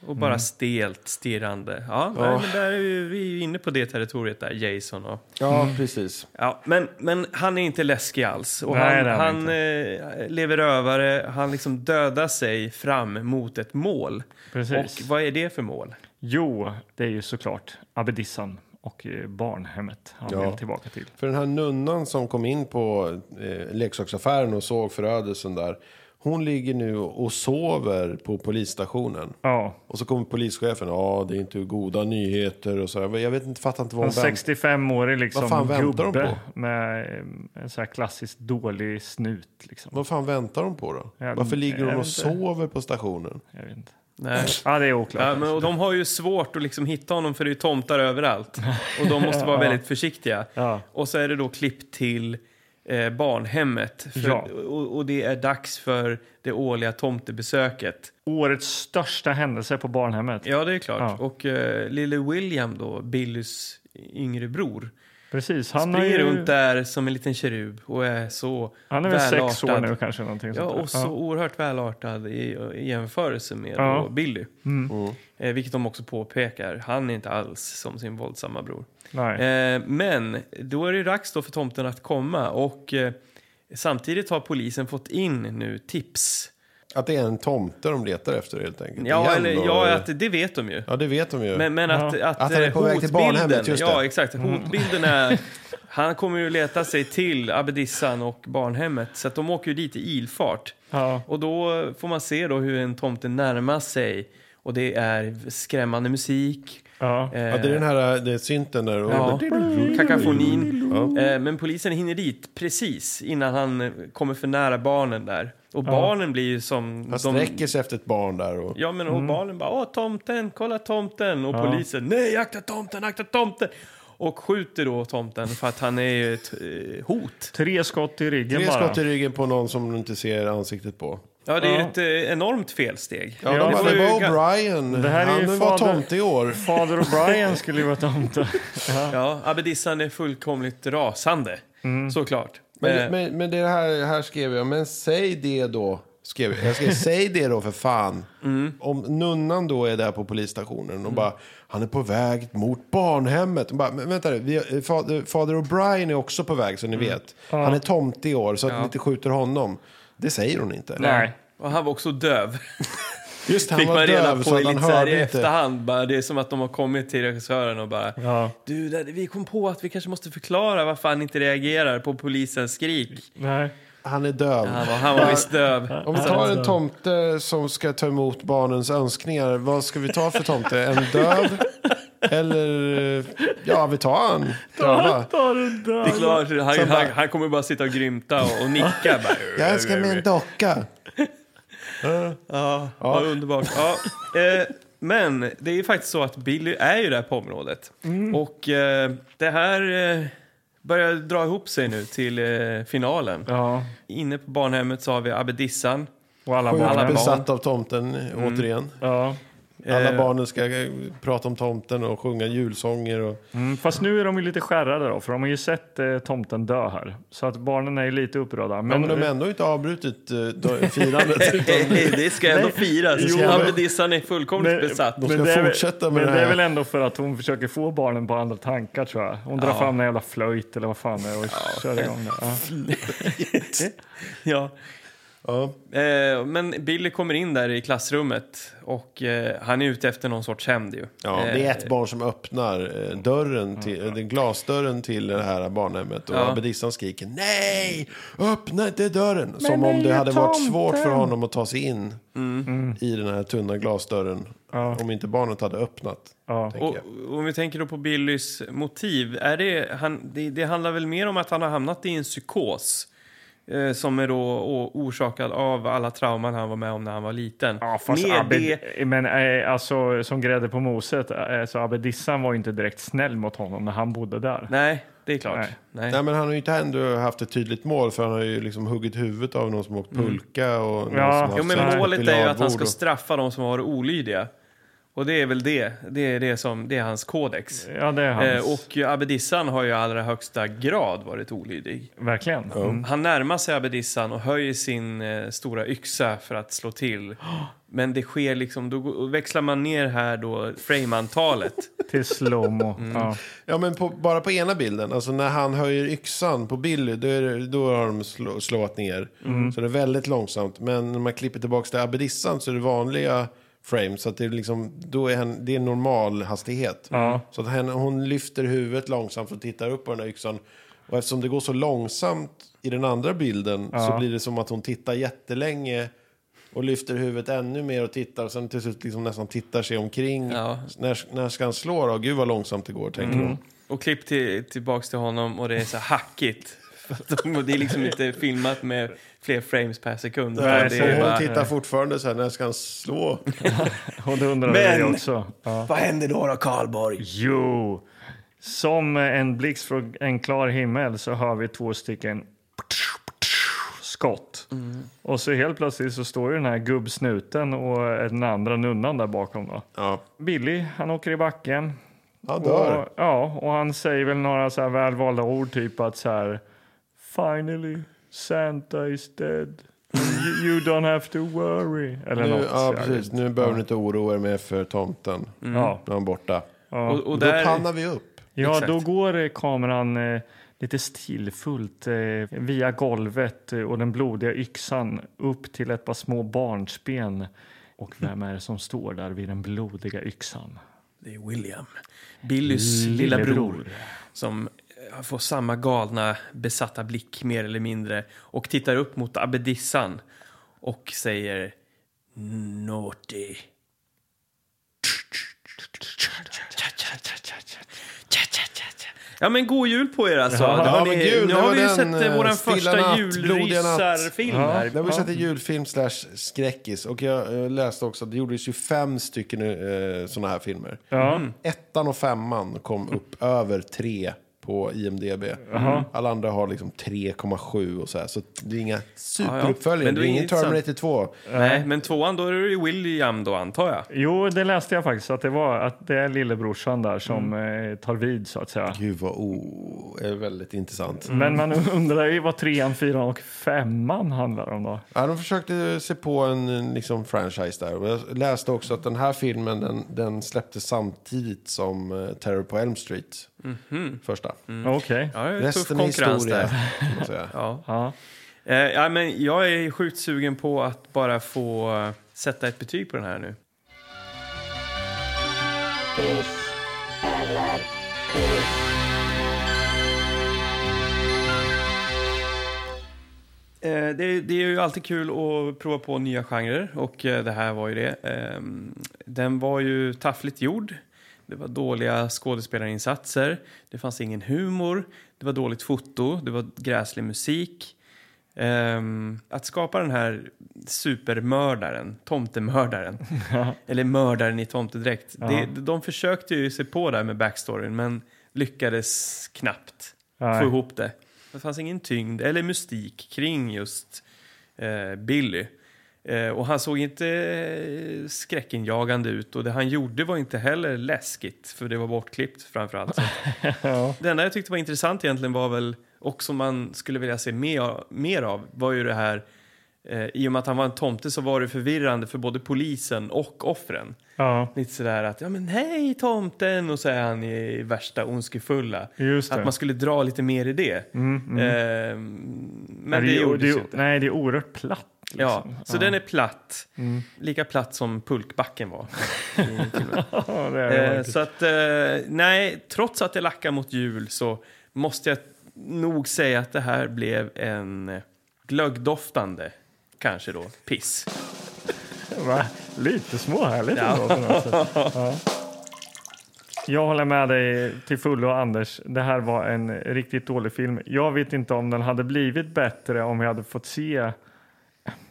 och bara Mm. stelt stirrande. Ja, nej, men där är vi, vi är ju inne på det territoriet där, Jason och... ja precis. Ja, men, men han är inte läskig alls. Och Nej, det är han han han eh, lever rövare, han liksom dödar sig fram mot ett mål. Precis. Och vad är det för mål? Jo, det är ju såklart abbedissan och eh, barnhemmet han Ja. vill tillbaka till. För den här nunnan som kom in på eh, leksaksaffären och såg förödelsen där. Hon ligger nu och sover på polisstationen. Ja, Och så kommer polischefen. Ja, det är inte goda nyheter och så. här. Jag vet inte, fattar inte vad en hon vänt- 65-årig Vad liksom fan väntar de gubbe med eh, en så här klassiskt dålig snut. Liksom. Vad fan väntar de på då? Jag- Varför ligger jag hon och vet inte. sover på stationen? Jag vet inte. [laughs] Nej. Ja, det är oklart. Ja, men, och de har ju svårt att liksom hitta honom för det är ju tomtar överallt. Och de [laughs] måste vara väldigt försiktiga. Ja. Och så är det då klipp till eh, barnhemmet. För, Ja. och, och det är dags för det årliga tomtebesöket. Årets största händelse på barnhemmet. Ja, det är klart. Ja. Och eh, lille William då, Billys yngre bror, Precis, han har springer ju... runt där som en liten kerub och är så Han är väl välartad. sex år nu kanske. Någonting Ja, sånt där. och så oerhört välartad i, i jämförelse med Ja. Mm. då Billy. Mm. Eh, vilket de också påpekar, han är inte alls som sin våldsamma bror. Nej. Eh, men då är det dags då för tomten att komma och eh, samtidigt har polisen fått in nu tips. Att det är en tomte de letar efter helt enkelt. Ja, Igen eller, då, ja eller? att, det vet de ju. ja, det vet de ju. Men, men att, att, Att han är eh, på väg till hotbilden- barnhemmet, just det. Mm. Ja, exakt. Hotbilden är... Han kommer ju leta sig till abbedissan och barnhemmet, så att de åker ju dit i ilfart. Ja. Och då får man se då hur en tomte närmar sig. Och det är skrämmande musik. Ja. Eh, ja, det är den här det är synten där. Och, ja, kakafonin. Eh, Men polisen hinner dit precis innan han eh, kommer för nära barnen där. Och barnen blir ju som... Han de- sträcker sig efter ett barn där. Och, Ja, men och barnen bara åh tomten, kolla tomten. Och polisen, nej akta tomten, akta tomten. Och skjuter då tomten för att han är ju ett eh, hot. Tre skott i ryggen Tre bara. skott i ryggen på någon som du inte ser ansiktet på. Ja, det är ju Ja. ett eh, enormt felsteg. Ja, Ja, de det bara, var det ju var ga- O'Brien. Det här är ju Han var fader- tomte i år. Fader O'Brien skulle ju [laughs] vara tomte. Ja, abbedissan är fullkomligt rasande, såklart. Mm. Men, Eh, men, men det här, här skrev jag, men säg det då. Skrev jag. jag skrev, säg det då för fan. Mm. Om nunnan då är där på polisstationen och bara, han är på väg mot barnhemmet. Och Bara, men vänta nu, vi, eh, fader, fader O'Brien är också på väg så ni Mm. vet. Han är tomte i år så att ni inte skjuter honom. Det säger hon inte. Nej. Och han var också döv. Just det, [laughs] han Fick var man döv reda så på att han lite så här i hörde inte. efterhand. Bara, det är som att de har kommit till regissören och bara Ja. Du, där- vi kom på att vi kanske måste förklara varför han inte reagerar på polisens skrik. Nej. Han är döv. Han var, han var visst döv. Om vi tar en tomte som ska ta emot barnens önskningar, vad ska vi ta för tomte? En döv? Eller, eh, ja vi tar en döva. Ta den Det där. är klart, han, Sen bara- han, han kommer bara sitta och grymta och, och nicka. [laughs] Bara, Jag önskar mig en docka. Ja, vad underbart. Ja. Eh, men det är ju faktiskt så att Billy är ju där på området. Mm. Och eh, det här eh, börjar dra ihop sig nu till eh, finalen. Ja. Inne på barnhemmet så har vi abbedissan. Och alla Alla Sjukt barn. barn. besatt av tomten återigen. Ja. Alla Eh, barnen ska eh, prata om tomten och sjunga julsånger. Och... Mm, fast nu är de ju lite skärrade då, för de har ju sett eh, tomten dö här. Så att barnen är ju lite upprörda. Ja, Men, men de har ändå inte avbrutit eh, då- firandet. utan Hej, [laughs] det ska ändå firas. Jo, men- Abbedissan är fullkomligt besatt. ska det är väl- fortsätta med men det det är här. väl ändå för att hon försöker få barnen på andra tankar tror jag. Hon drar fram en jävla flöjt eller vad fan det är och kör igång det. Ja. Ja. Ja. Eh, men Billy kommer in där i klassrummet och eh, han är ute efter någon sorts hämnd ju. Ja, Eh, Mm. det är ett barn som öppnar eh, dörren till, eh, den glasdörren till det här barnhemmet och Ja. abbedissan skriker nej, öppna inte dörren. som om det hade varit svårt för honom att ta sig in Mm. i den här tunna glasdörren om inte barnet hade öppnat. Ja. tänker Och, jag. om vi tänker då på Billys motiv, är det, han, det, det handlar väl mer om att han har hamnat i en psykos eh, som är då o- orsakad av alla trauman han var med om när han var liten. Ja, fast mer Abed, det, men eh, alltså, som grädde på moset, eh, så Abedissan var ju inte direkt snäll mot honom när han bodde där. nej, det är klart. Nej. Nej. Nej, men han har ju inte ändå haft ett tydligt mål för han har ju liksom huggit huvudet av någon som åkt pulka och någon Ja. som haft Jo, sex men på Mm. målet är ju att han biljardbord ska och- straffa de som har varit olydiga. Och det är väl det. Det är, det som, det är hans kodex. Ja, det är hans. Eh, och Abedissan har ju i allra högsta grad varit olydig. Verkligen. Mm. Han närmar sig Abedissan och höjer sin eh, stora yxa för att slå till. Men det sker liksom, då går- växlar man ner här då frameantalet. Till slowmo. [laughs] Mm. Ja. Ja, men på, bara på ena bilden. Alltså när han höjer yxan på Billy, då, är det, då har de slå, slåat ner. Så det är väldigt långsamt. Men när man klipper tillbaka till abbedissan så är det vanliga frames. Så att det är liksom, då är han, det är normal hastighet. Så att hen, hon lyfter huvudet långsamt och tittar upp på den här yxan. Och eftersom det går så långsamt i den andra bilden så blir det som att hon tittar jättelänge och lyfter huvudet ännu mer och tittar. Och sen till slut liksom nästan tittar sig omkring. Ja. När, när ska han slå då? Gud vad långsamt det går, tänker hon. Och klipp till, tillbaks till honom och det är så hackigt. För att de- Det är liksom inte filmat med fler frames per sekund. utan Nej, det så är hon bara- tittar fortfarande så här, när ska han slå? Och det undrar Men- jag också. Ja. Vad händer då då, Karlborg? Jo! Som en blixt från en klar himmel så hör vi två stycken skott. Mm. Och så helt plötsligt så står ju den här gubbsnuten och den andra nunnan där bakom. Då. Ja. Billy, han åker i backen. Han dör. Och, ja, och han säger väl några så här välvalda ord, typ att så här... Finally, Santa is dead. You, you don't have to worry. Eller nu, något. ja, så här. precis. Nu behöver ni inte oroa er mer för tomten. Mm. Ja, Nu är han borta. Och, och Då där, pannar vi upp. ja Exakt. då går eh, kameran eh, lite stilfullt eh, via golvet eh, och den blodiga yxan upp till ett par små barnsben. Och vem är det som står där vid den blodiga yxan? det är William, Billys lilla bror, som eh, får samma galna besatta blick mer eller mindre och tittar upp mot abbedissan och säger Naughty. Ja men god jul på er alltså! Ja, Det har men ni- gud, nu det har var vi ju den, sett eh, eh, vår Stilla första natt, Blodiga natt. julrysarfilm Ja, här. Det har vi sett en julfilm slash skräckis. Och jag eh, läste också att det gjordes ju fem stycken eh, sådana här filmer. Mm. Ja. Ettan och femman kom upp över tre på IMDB. Alla andra har liksom 3,7 och så här. Så det är inga superuppföljare. Men det Det är är ingen intressant. Terminator 2. Nej, men tvåan då är det ju William då antar jag. Jo, det läste jag faktiskt att det var att det är lillebrorsan där som Mm. eh, tar vid så att säga. Gud vad o... är väldigt Mm. intressant. Men man undrar ju vad trean, fyran och femman handlar om då. Ja, de försökte se på en en liksom, franchise där. Och jag läste också att den här filmen den, den släpptes samtidigt som eh, Terror på Elm Street. Första. Mm. Mm. Okej. Ja, det är tuff Resten är konkurrens historia. där. kan man [laughs] säga. Ja. Ja. Eh, ja, men jag är sjukt sugen på att bara få eh, sätta ett betyg på den här nu. Eh, Det, det är ju alltid kul att prova på nya genrer och eh, det här var ju det. Ehm, Den var ju taffligt gjord. Det var dåliga skådespelarinsatser. Det fanns ingen humor. Det var dåligt foto. Det var gräslig musik. Ehm, att skapa den här supermördaren, tomtemördaren, eller mördaren i tomtedräkt. Det, de försökte ju se på där med backstoryn men lyckades knappt Nej. få ihop det. Det fanns ingen tyngd eller mystik kring just eh, Billy. Eh, och han såg inte eh, skräckinjagande ut och det han gjorde var inte heller läskigt för det var bortklippt framförallt. Det enda jag tyckte var intressant egentligen var väl, och som man skulle vilja se mer, mer av, var ju det här Eh, I och med att han var en tomte så var det förvirrande för både polisen och offren. Ja, Lite sådär att ja men hej tomten och så är han i värsta ondskefulla. just det. Att man skulle dra lite mer i det. Eh, Nej, men det, gjordes det, ju är- inte. Nej, det är oerhört platt. Ja, Liksom. så den är platt. Mm. Lika platt som pulkbacken var. i filmen. Ja, det är eh, det. så att, eh, nej, trots att det lackar mot jul så måste jag nog säga att det här blev en eh, glöggdoftande, kanske då, piss. Va? Lite småhärligt ändå. på [laughs] något sätt. Ja. Jag håller med dig till fullo, Anders. Det här var en riktigt dålig film. Jag vet inte om den hade blivit bättre om jag hade fått se...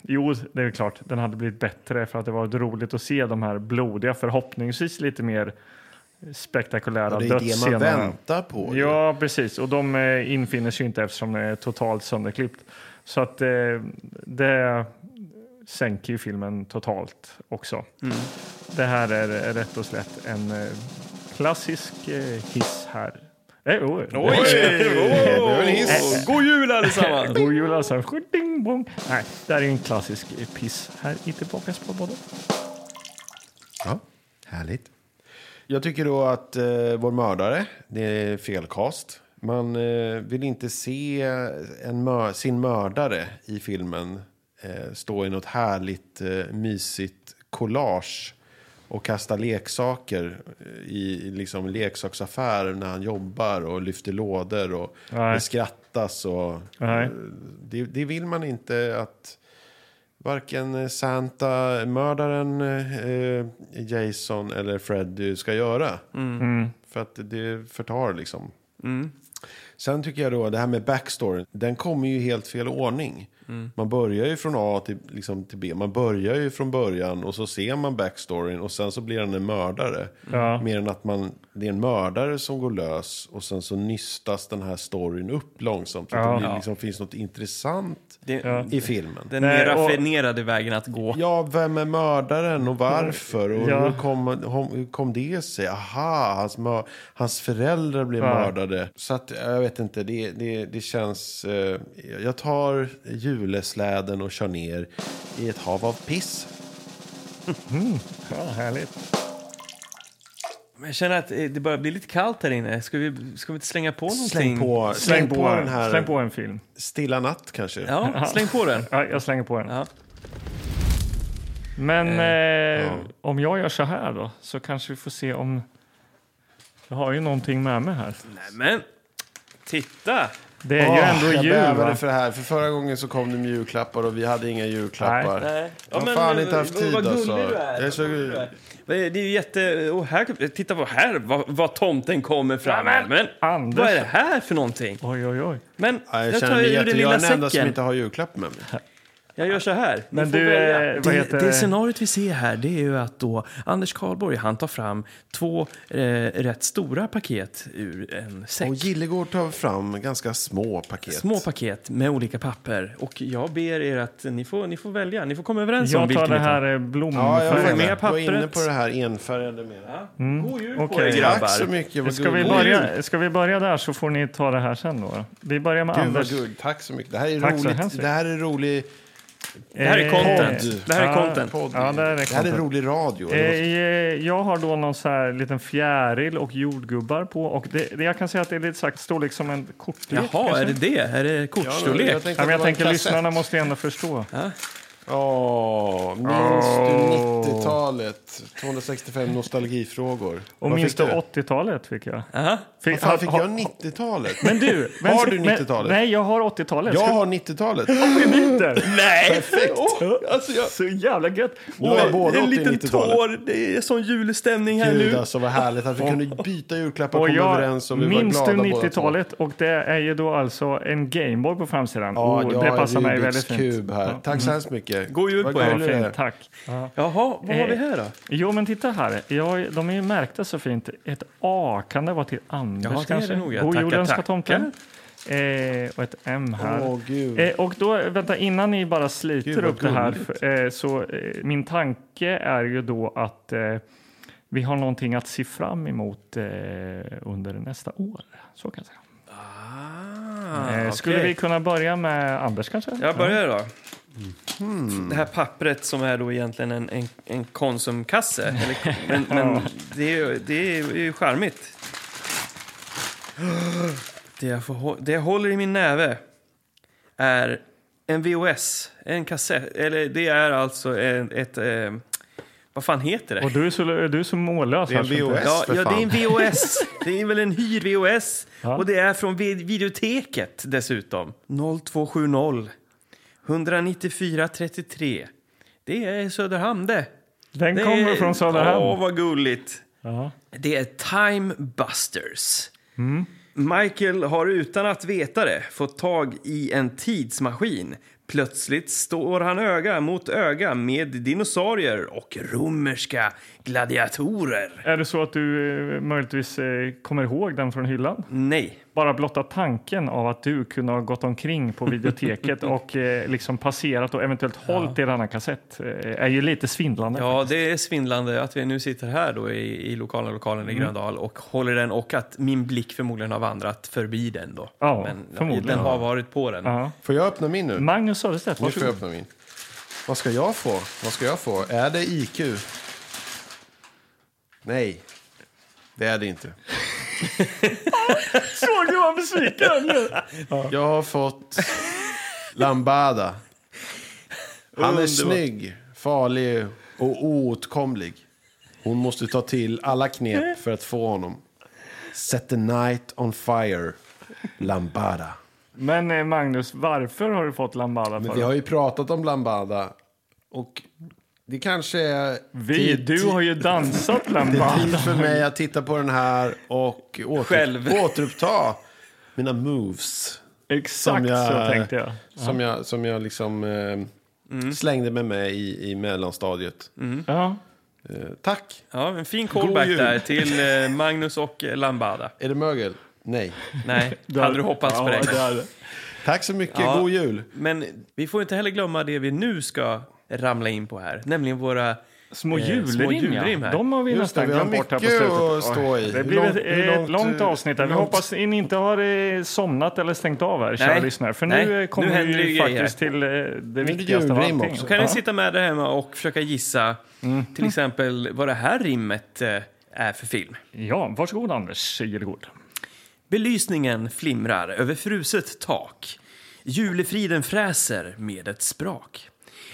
Jo, det är klart, den hade blivit bättre för att det var roligt att se de här blodiga, förhoppningsvis lite mer spektakulära Och det är det man dödsscenerna. väntar på. ju. Ja, precis. Och de eh, infinner sig ju inte eftersom det är totalt sönderklippt. Så att eh, det sänker ju filmen totalt också. Det här är eh, rätt och slätt en eh, klassisk eh, hiss här. Eh, oj. Oj! var en hiss. Oh, god jul allesammans! [laughs] God jul alltså. Ding, bong. Nej, det här är en klassisk eh, piss här i Tillbaka på både. Ja, härligt. Jag tycker då att eh, vår mördare, det är felkast. Man eh, vill inte se en mör- sin mördare i filmen eh, stå i något härligt, eh, mysigt collage och kasta leksaker eh, i i liksom leksaksaffärer när han jobbar och lyfter lådor och Nej. det skrattas. Och, Nej. eh, det, det vill man inte att... Varken eh, Santa, mördaren eh, Jason eller Freddy ska göra. Mm. För att det förtar liksom. Sen tycker jag då, det här med backstoryn, den kommer ju i helt fel ordning. Man börjar ju från A till, liksom, till B, man börjar ju från början och så ser man backstoryn och sen så blir han en mördare. Ja. Mer än att man, det är en mördare som går lös och sen så nystas den här storyn upp långsamt. Så att Ja. det blir, liksom, finns något intressant Det, i filmen. Den Nej, mer och- raffinerade vägen att gå. Ja, vem är mördaren och varför? Och Ja. hur, kom, hom- hur kom det sig? Aha, hans, mör- hans föräldrar blev Ja. mördade. Så att, jag vet inte, det, det, det känns... Eh, jag tar julesläden och kör ner i ett hav av piss. Ja, härligt. Men Jag känner att eh, det börjar bli lite kallt här inne. Ska vi, ska vi inte slänga på någonting? Släng på, släng på, den här släng på en film. Stilla natt kanske. Ja, släng på den. Ja, jag slänger på en. Ja. Men eh, om jag gör så här då, så kanske vi får se om... Jag har ju någonting med mig här. Men, titta! Det är ju Åh, ändå Ah, jag jul, bävade va? för det här. För förra gången så kom det med julklappar och vi hade inga julklappar. Nej, Nej. Jag har fan inte haft tid vad alltså. gullig du är. Jag är så Du är. Det är ju jätte... Oh, här, titta på här, vad, vad tomten kommer fram med. Men, Anders. vad är det här för någonting? Oj, oj, oj. Men, Ja, jag, jag, tar känner mig ju jätte... den Jag lilla är den enda som säcken. inte har julklapp med mig. Jag gör så här. Ni Men får du, välja. eh, vad heter det, det scenariot vi ser här det är ju att då Anders Carlborg han tar fram två eh, rätt stora paket ur en säck. Och Gillegård tar fram ganska små paket. Små paket med olika papper. Och jag ber er att ni får, ni får välja. Ni får komma överens om Jag tar vilken det ni här eh, Ja, jag var, Färga med blomfärgen. med var inne pappret. på det här enfärgade med. God jul på okej. er grabbar. Tack så mycket, vad Ska vi, gulligt. börja, ska vi börja där så får ni ta det här sen då? Vi börjar med Gud vad Anders. gulligt, tack så mycket. Det här är Tack så hemskt roligt. Det här är rolig, Det här är Eh, content. podd. Det här är Ja, content. podd. Ja, det här är det här är content. rolig radio. Eh, eh, Jag har då någon så här liten fjäril och jordgubbar på. Och det, det, jag kan säga att det är lite så här storlek som en kortlek. Jaha, kanske. är det det? Är det kortstorlek? tänkte Ja, men att jag det var en tänker kassett. lyssnarna måste ju ändå förstå. Åh, minns du 90-talet? 265 nostalgifrågor. Och Vad minns fick du du? 80-talet fick jag. Aha. Fick, Vad fan fick ha- [laughs] jag 90-talet? Men du, men, Har du men- 90-talet? Nej, jag har 80-talet. Jag Ska- har 90-talet. [laughs] Inte. Nej! Alltså jag... Så jävla gött. Du har både en 80 liten 90-talet. tår. Det är sån julstämning här Gud nu. alltså vad härligt [laughs] att vi kunde byta julklappar och Och komma jag överens och vi minns var du glada båda två. 90-talet och det är ju då alltså en Gameboy på framsidan. Ja, oh, jag det har passar mig Rubiks väldigt fint. Mm. kub här. Tack så hemskt mycket. God jul Vad på er. gullig du är. Fint, tack. Ja. Jaha, vad har vi här då? Jo, men titta här. Ja, de är ju märkta så fint. Ett A, kan det vara till Anders Ja, det är kanske? det nog, ja. God Tackar, jul önskar tackar. tomten. Eh, och ett M här. Åh, gud. Eh, och då, vänta, innan ni bara sliter Gud, vad upp det här för- eh, så eh, min tanke är ju då att eh, vi har någonting att se fram emot eh, under nästa år. Så kan jag säga. Ah, eh, Skulle okej. Ah, vi kunna börja med Anders kanske? Mm. Jag börjar då. Det här pappret som är då egentligen en, en, en konsumkasse. Eller, [laughs] men men det, är, ju- det är ju charmigt. [gasps] Det jag, får, hå- det jag håller i min näve är en VOS, en kassett. Eller det är alltså en, ett... Eh, vad fan heter det? Och du är så, du är så mållös. Det är en här, VHS. så eh, inte- Ja, för ja det är en fan. [laughs] VOS. Det är väl en hyr-VOS. Ja. Och det är från vid- videoteket dessutom. 0270 194 33. Det är Söderhamn det. Den det kommer är... från Söderhamn. Åh, vad gulligt. Ja. Mm. Det är Time Busters. Michael har utan att veta det fått tag i en tidsmaskin. Plötsligt står han öga mot öga med dinosaurier och romerska gladiatorer. Är det så att du eh, möjligtvis eh, kommer ihåg den från hyllan? Nej. Bara blotta tanken av att du kunde ha gått omkring [laughs] på videoteket och eh, liksom passerat och eventuellt hållit i denna kassett eh, är ju lite svindlande. Ja, det är svindlande att vi nu sitter här då i, i lokalen, lokalen i Mm. Gröndal och håller den och att min blick förmodligen har vandrat förbi den då. Ja, Men förmodligen. den har varit på den. Ja. Får jag öppna min nu? Magnus Söderstedt, Nu får jag varsågod. öppna min. Vad ska jag få? Vad ska jag få? Är det IQ? Nej, det är det inte. Såg du vad besviken han blev? Jag har fått Lambada. Han är Underbart. snygg, farlig och oåtkomlig. Hon måste ta till alla knep för att få honom. Set the night on fire, Lambada. Men eh, Magnus, varför har du fått Lambada Men för? vi har ju pratat om Lambada och det kanske är... Vi, tid- du har ju dansat [laughs] Det är tid Lambada. för mig att titta på den här och åter, Själv. återuppta mina moves. Exakt så tänkte jag. Som jag, som jag liksom eh, Mm. slängde med mig i, i mellanstadiet. Ja. Eh, tack! Ja, en fin God callback jul. där till eh, Magnus och eh, Lambada. Är det mögel? Nej. [laughs] Nej, hade du hoppats på ja, det. där. Tack så mycket, Ja. god jul! Men vi får inte heller glömma det vi nu ska ramla in på här, nämligen våra... Små Eh, små julrim, julrim ja. här. De har vi Just nästan det, vi har glömt bort här på mycket slutet. att stå Oj. i. Det Hur blir långt- ett, hur ett långt- eh, långt avsnitt. Där. hur Vi långt- hoppas ni inte har eh, somnat eller stängt av här, kära Nej. lyssnare. För Nej. nu eh, kommer Nu vi händer det ju ju grejer. faktiskt till eh, det det viktigaste av julrim allting. också. Då kan ja. Mm. ni sitta med där hemma och försöka gissa till exempel vad det här rimmet eh, är för film. ja, varsågod Anders Gillegård. Belysningen flimrar över fruset tak. Julefriden fräser med ett sprak.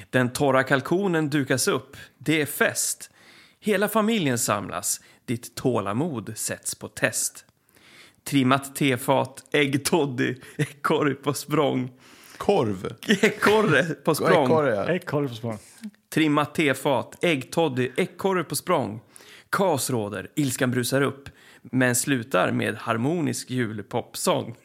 Den torra kalkonen dukas upp. Det är fest. Hela familjen samlas. Ditt tålamod sätts på test. Trimmat tefat, äggtoddy, ekorre på språng. Korv! Ekorre på språng. Ekorre, ja. Ekorre på språng. Trimmat tefat, äggtoddy, ekorre på språng. Kaos råder, ilskan brusar upp. Men slutar med harmonisk julpopsång.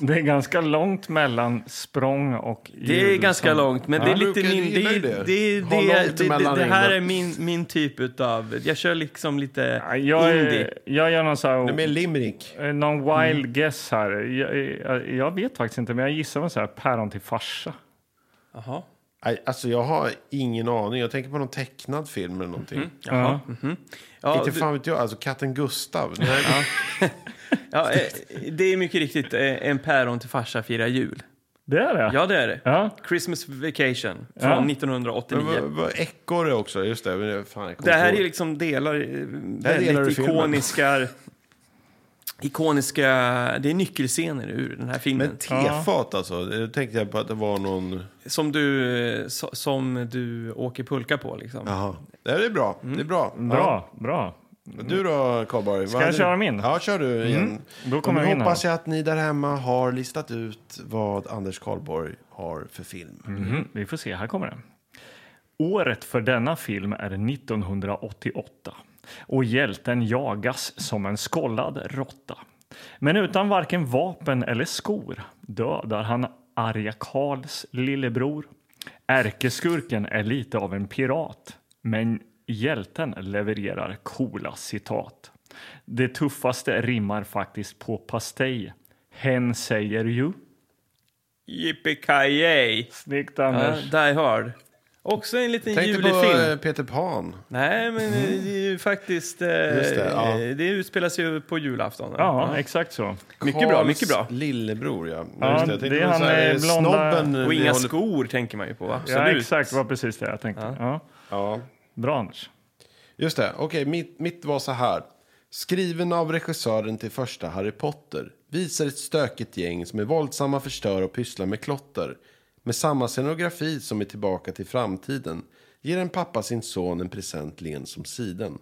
Det är ganska långt mellan språng och Det är julsång. ganska långt, men det är Ja. lite Brukar min... du gilla Det, det? det, det, Ha det, långt det, emellan det här är ringen. min, min typ utav... Jag kör liksom lite Ja, Jag, indie. är- jag gör någon, så här, Det är med limrik. eh, någon wild Mm. guess här. Jag, jag, jag vet faktiskt inte, men jag gissar väl så här päron till farsa. Jaha. Nej, Alltså jag har ingen aning. Jag tänker på någon tecknad film eller någonting. Ja. Mm. Ja, inte du- fan vet jag. Alltså katten Gustav. Nej, ja, eh, det är mycket riktigt eh, En päron till farsa firar jul. Det är det? Ja, det är det. Ja. Christmas Vacation Ja. från Men 1989. vad- vad- Ekorre också, just det. Men det- Fan, jag kommer Det här inte är ihåg. liksom delar, eh, här väldigt delar du filmen. ikoniska... Ikoniska... Det är nyckelscener ur den här filmen. Men tefat alltså. Då tänkte jag på att det var någon... som, du, eh, so- som du åker pulka på liksom. Jaha. Det är bra. Mm. Det är bra. Bra, bra. Ja. Du då, cowboy? Ska jag köra min? Mm. Ja, kör du igen. Då kommer Men jag in hoppas här. jag att ni där hemma har listat ut vad Anders Karlborg har för film. Mhm, vi får se, här kommer den. Året för denna film är 1988 och hjälten jagas som en skollad råtta. Men utan varken vapen eller skor dödar han arga Karls lillebror. Ärkeskurken är lite av en pirat, men hjälten levererar coola citat. Det tuffaste rimmar faktiskt på pastej. Hen säger ju. Yippee-ki-yay! Snyggt, Ja, Anders. Die Hard. Också en liten Tänk julig dig på film. eh, Peter Pan. Nej, men eh, det är ju faktiskt... Eh, det, det, ja. utspelas ju på julafton. Ja, exakt så. Mycket bra, mycket bra. Karls lillebror, ja. Ja, just det. Jag det tänkte är på han, så här, eh, blonda- snobben Och vi inga håller- skor tänker man ju på, Ja, absolut. exakt, det var precis det jag tänkte. Ja. Ja. Bra Anders. Just det, okej, mitt, mitt var så här. Skriven av regissören till första Harry Potter visar ett stökigt gäng som är våldsamma, förstör och pysslar med klotter. Med samma scenografi som är tillbaka till framtiden ger en pappa sin son en present len som siden.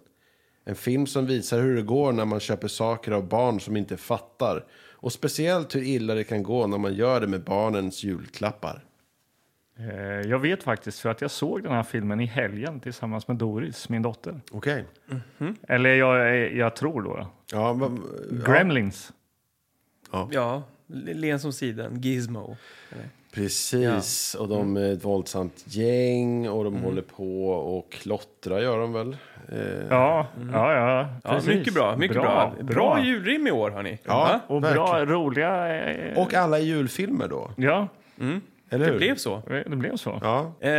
En film som visar hur det går när man köper saker av barn som inte fattar och speciellt hur illa det kan gå när man gör det med barnens julklappar. Eh, Jag vet faktiskt för att jag såg den här filmen i helgen tillsammans med Doris, min dotter. Okej. Eller jag, eh, jag tror då. Ja, vad- Gremlins. Ja, len som siden, Gizmo. Precis, och de är ett våldsamt gäng och de håller på och klottra gör de väl? Eh, Ja, ja, ja. Mm. Ja, precis. mycket bra, mycket bra. Bra, bra. julrim i år, hörni. ja, Och bra, roliga... eh, Och alla julfilmer då, Ja, eller Det hur? blev så. det blev så. Ja, Eh,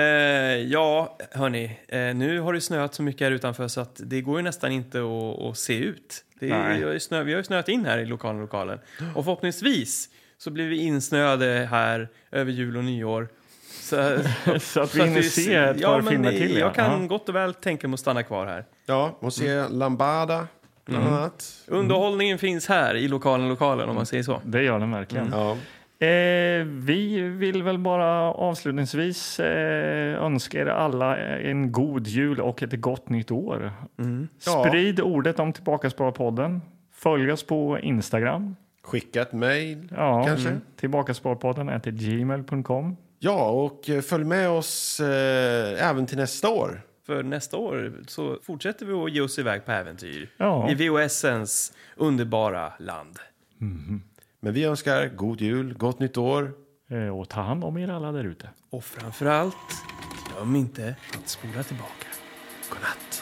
ja, hörni, eh, nu har det snöat så mycket här utanför så att det går ju nästan inte att, att se ut. Det är, Nej. vi, har ju snö, vi har ju snöat in här i lokalen, lokalen. Och förhoppningsvis så blir vi insnöade här över jul och nyår. Så, Så [laughs] att vi så hinner se ett ja, par men filmer till. Jag kan Ja. gott och väl tänka mig att stanna kvar här. ja och se Lambada bland annat. Mm. Underhållningen finns här i lokalen, lokalen om man säger så. Det gör den verkligen. Mm. Ja. Eh, vi vill väl bara avslutningsvis eh, önska er alla eh, en god jul och ett gott nytt år. Mm. Ja. Sprid ordet om Tillbakasparpodden. Följ oss på Instagram. Skicka ett mejl Ja, mm. kanske. Tillbakasparpodden är till gmail.com. Ja, och eh, följ med oss eh, även till nästa år. För nästa år så fortsätter vi att ge oss iväg på äventyr Ja. i VHSens underbara land. Men vi önskar god jul, gott nytt år. Eh, och ta hand om er alla där ute. Och framförallt, glöm inte att spola tillbaka. Godnatt.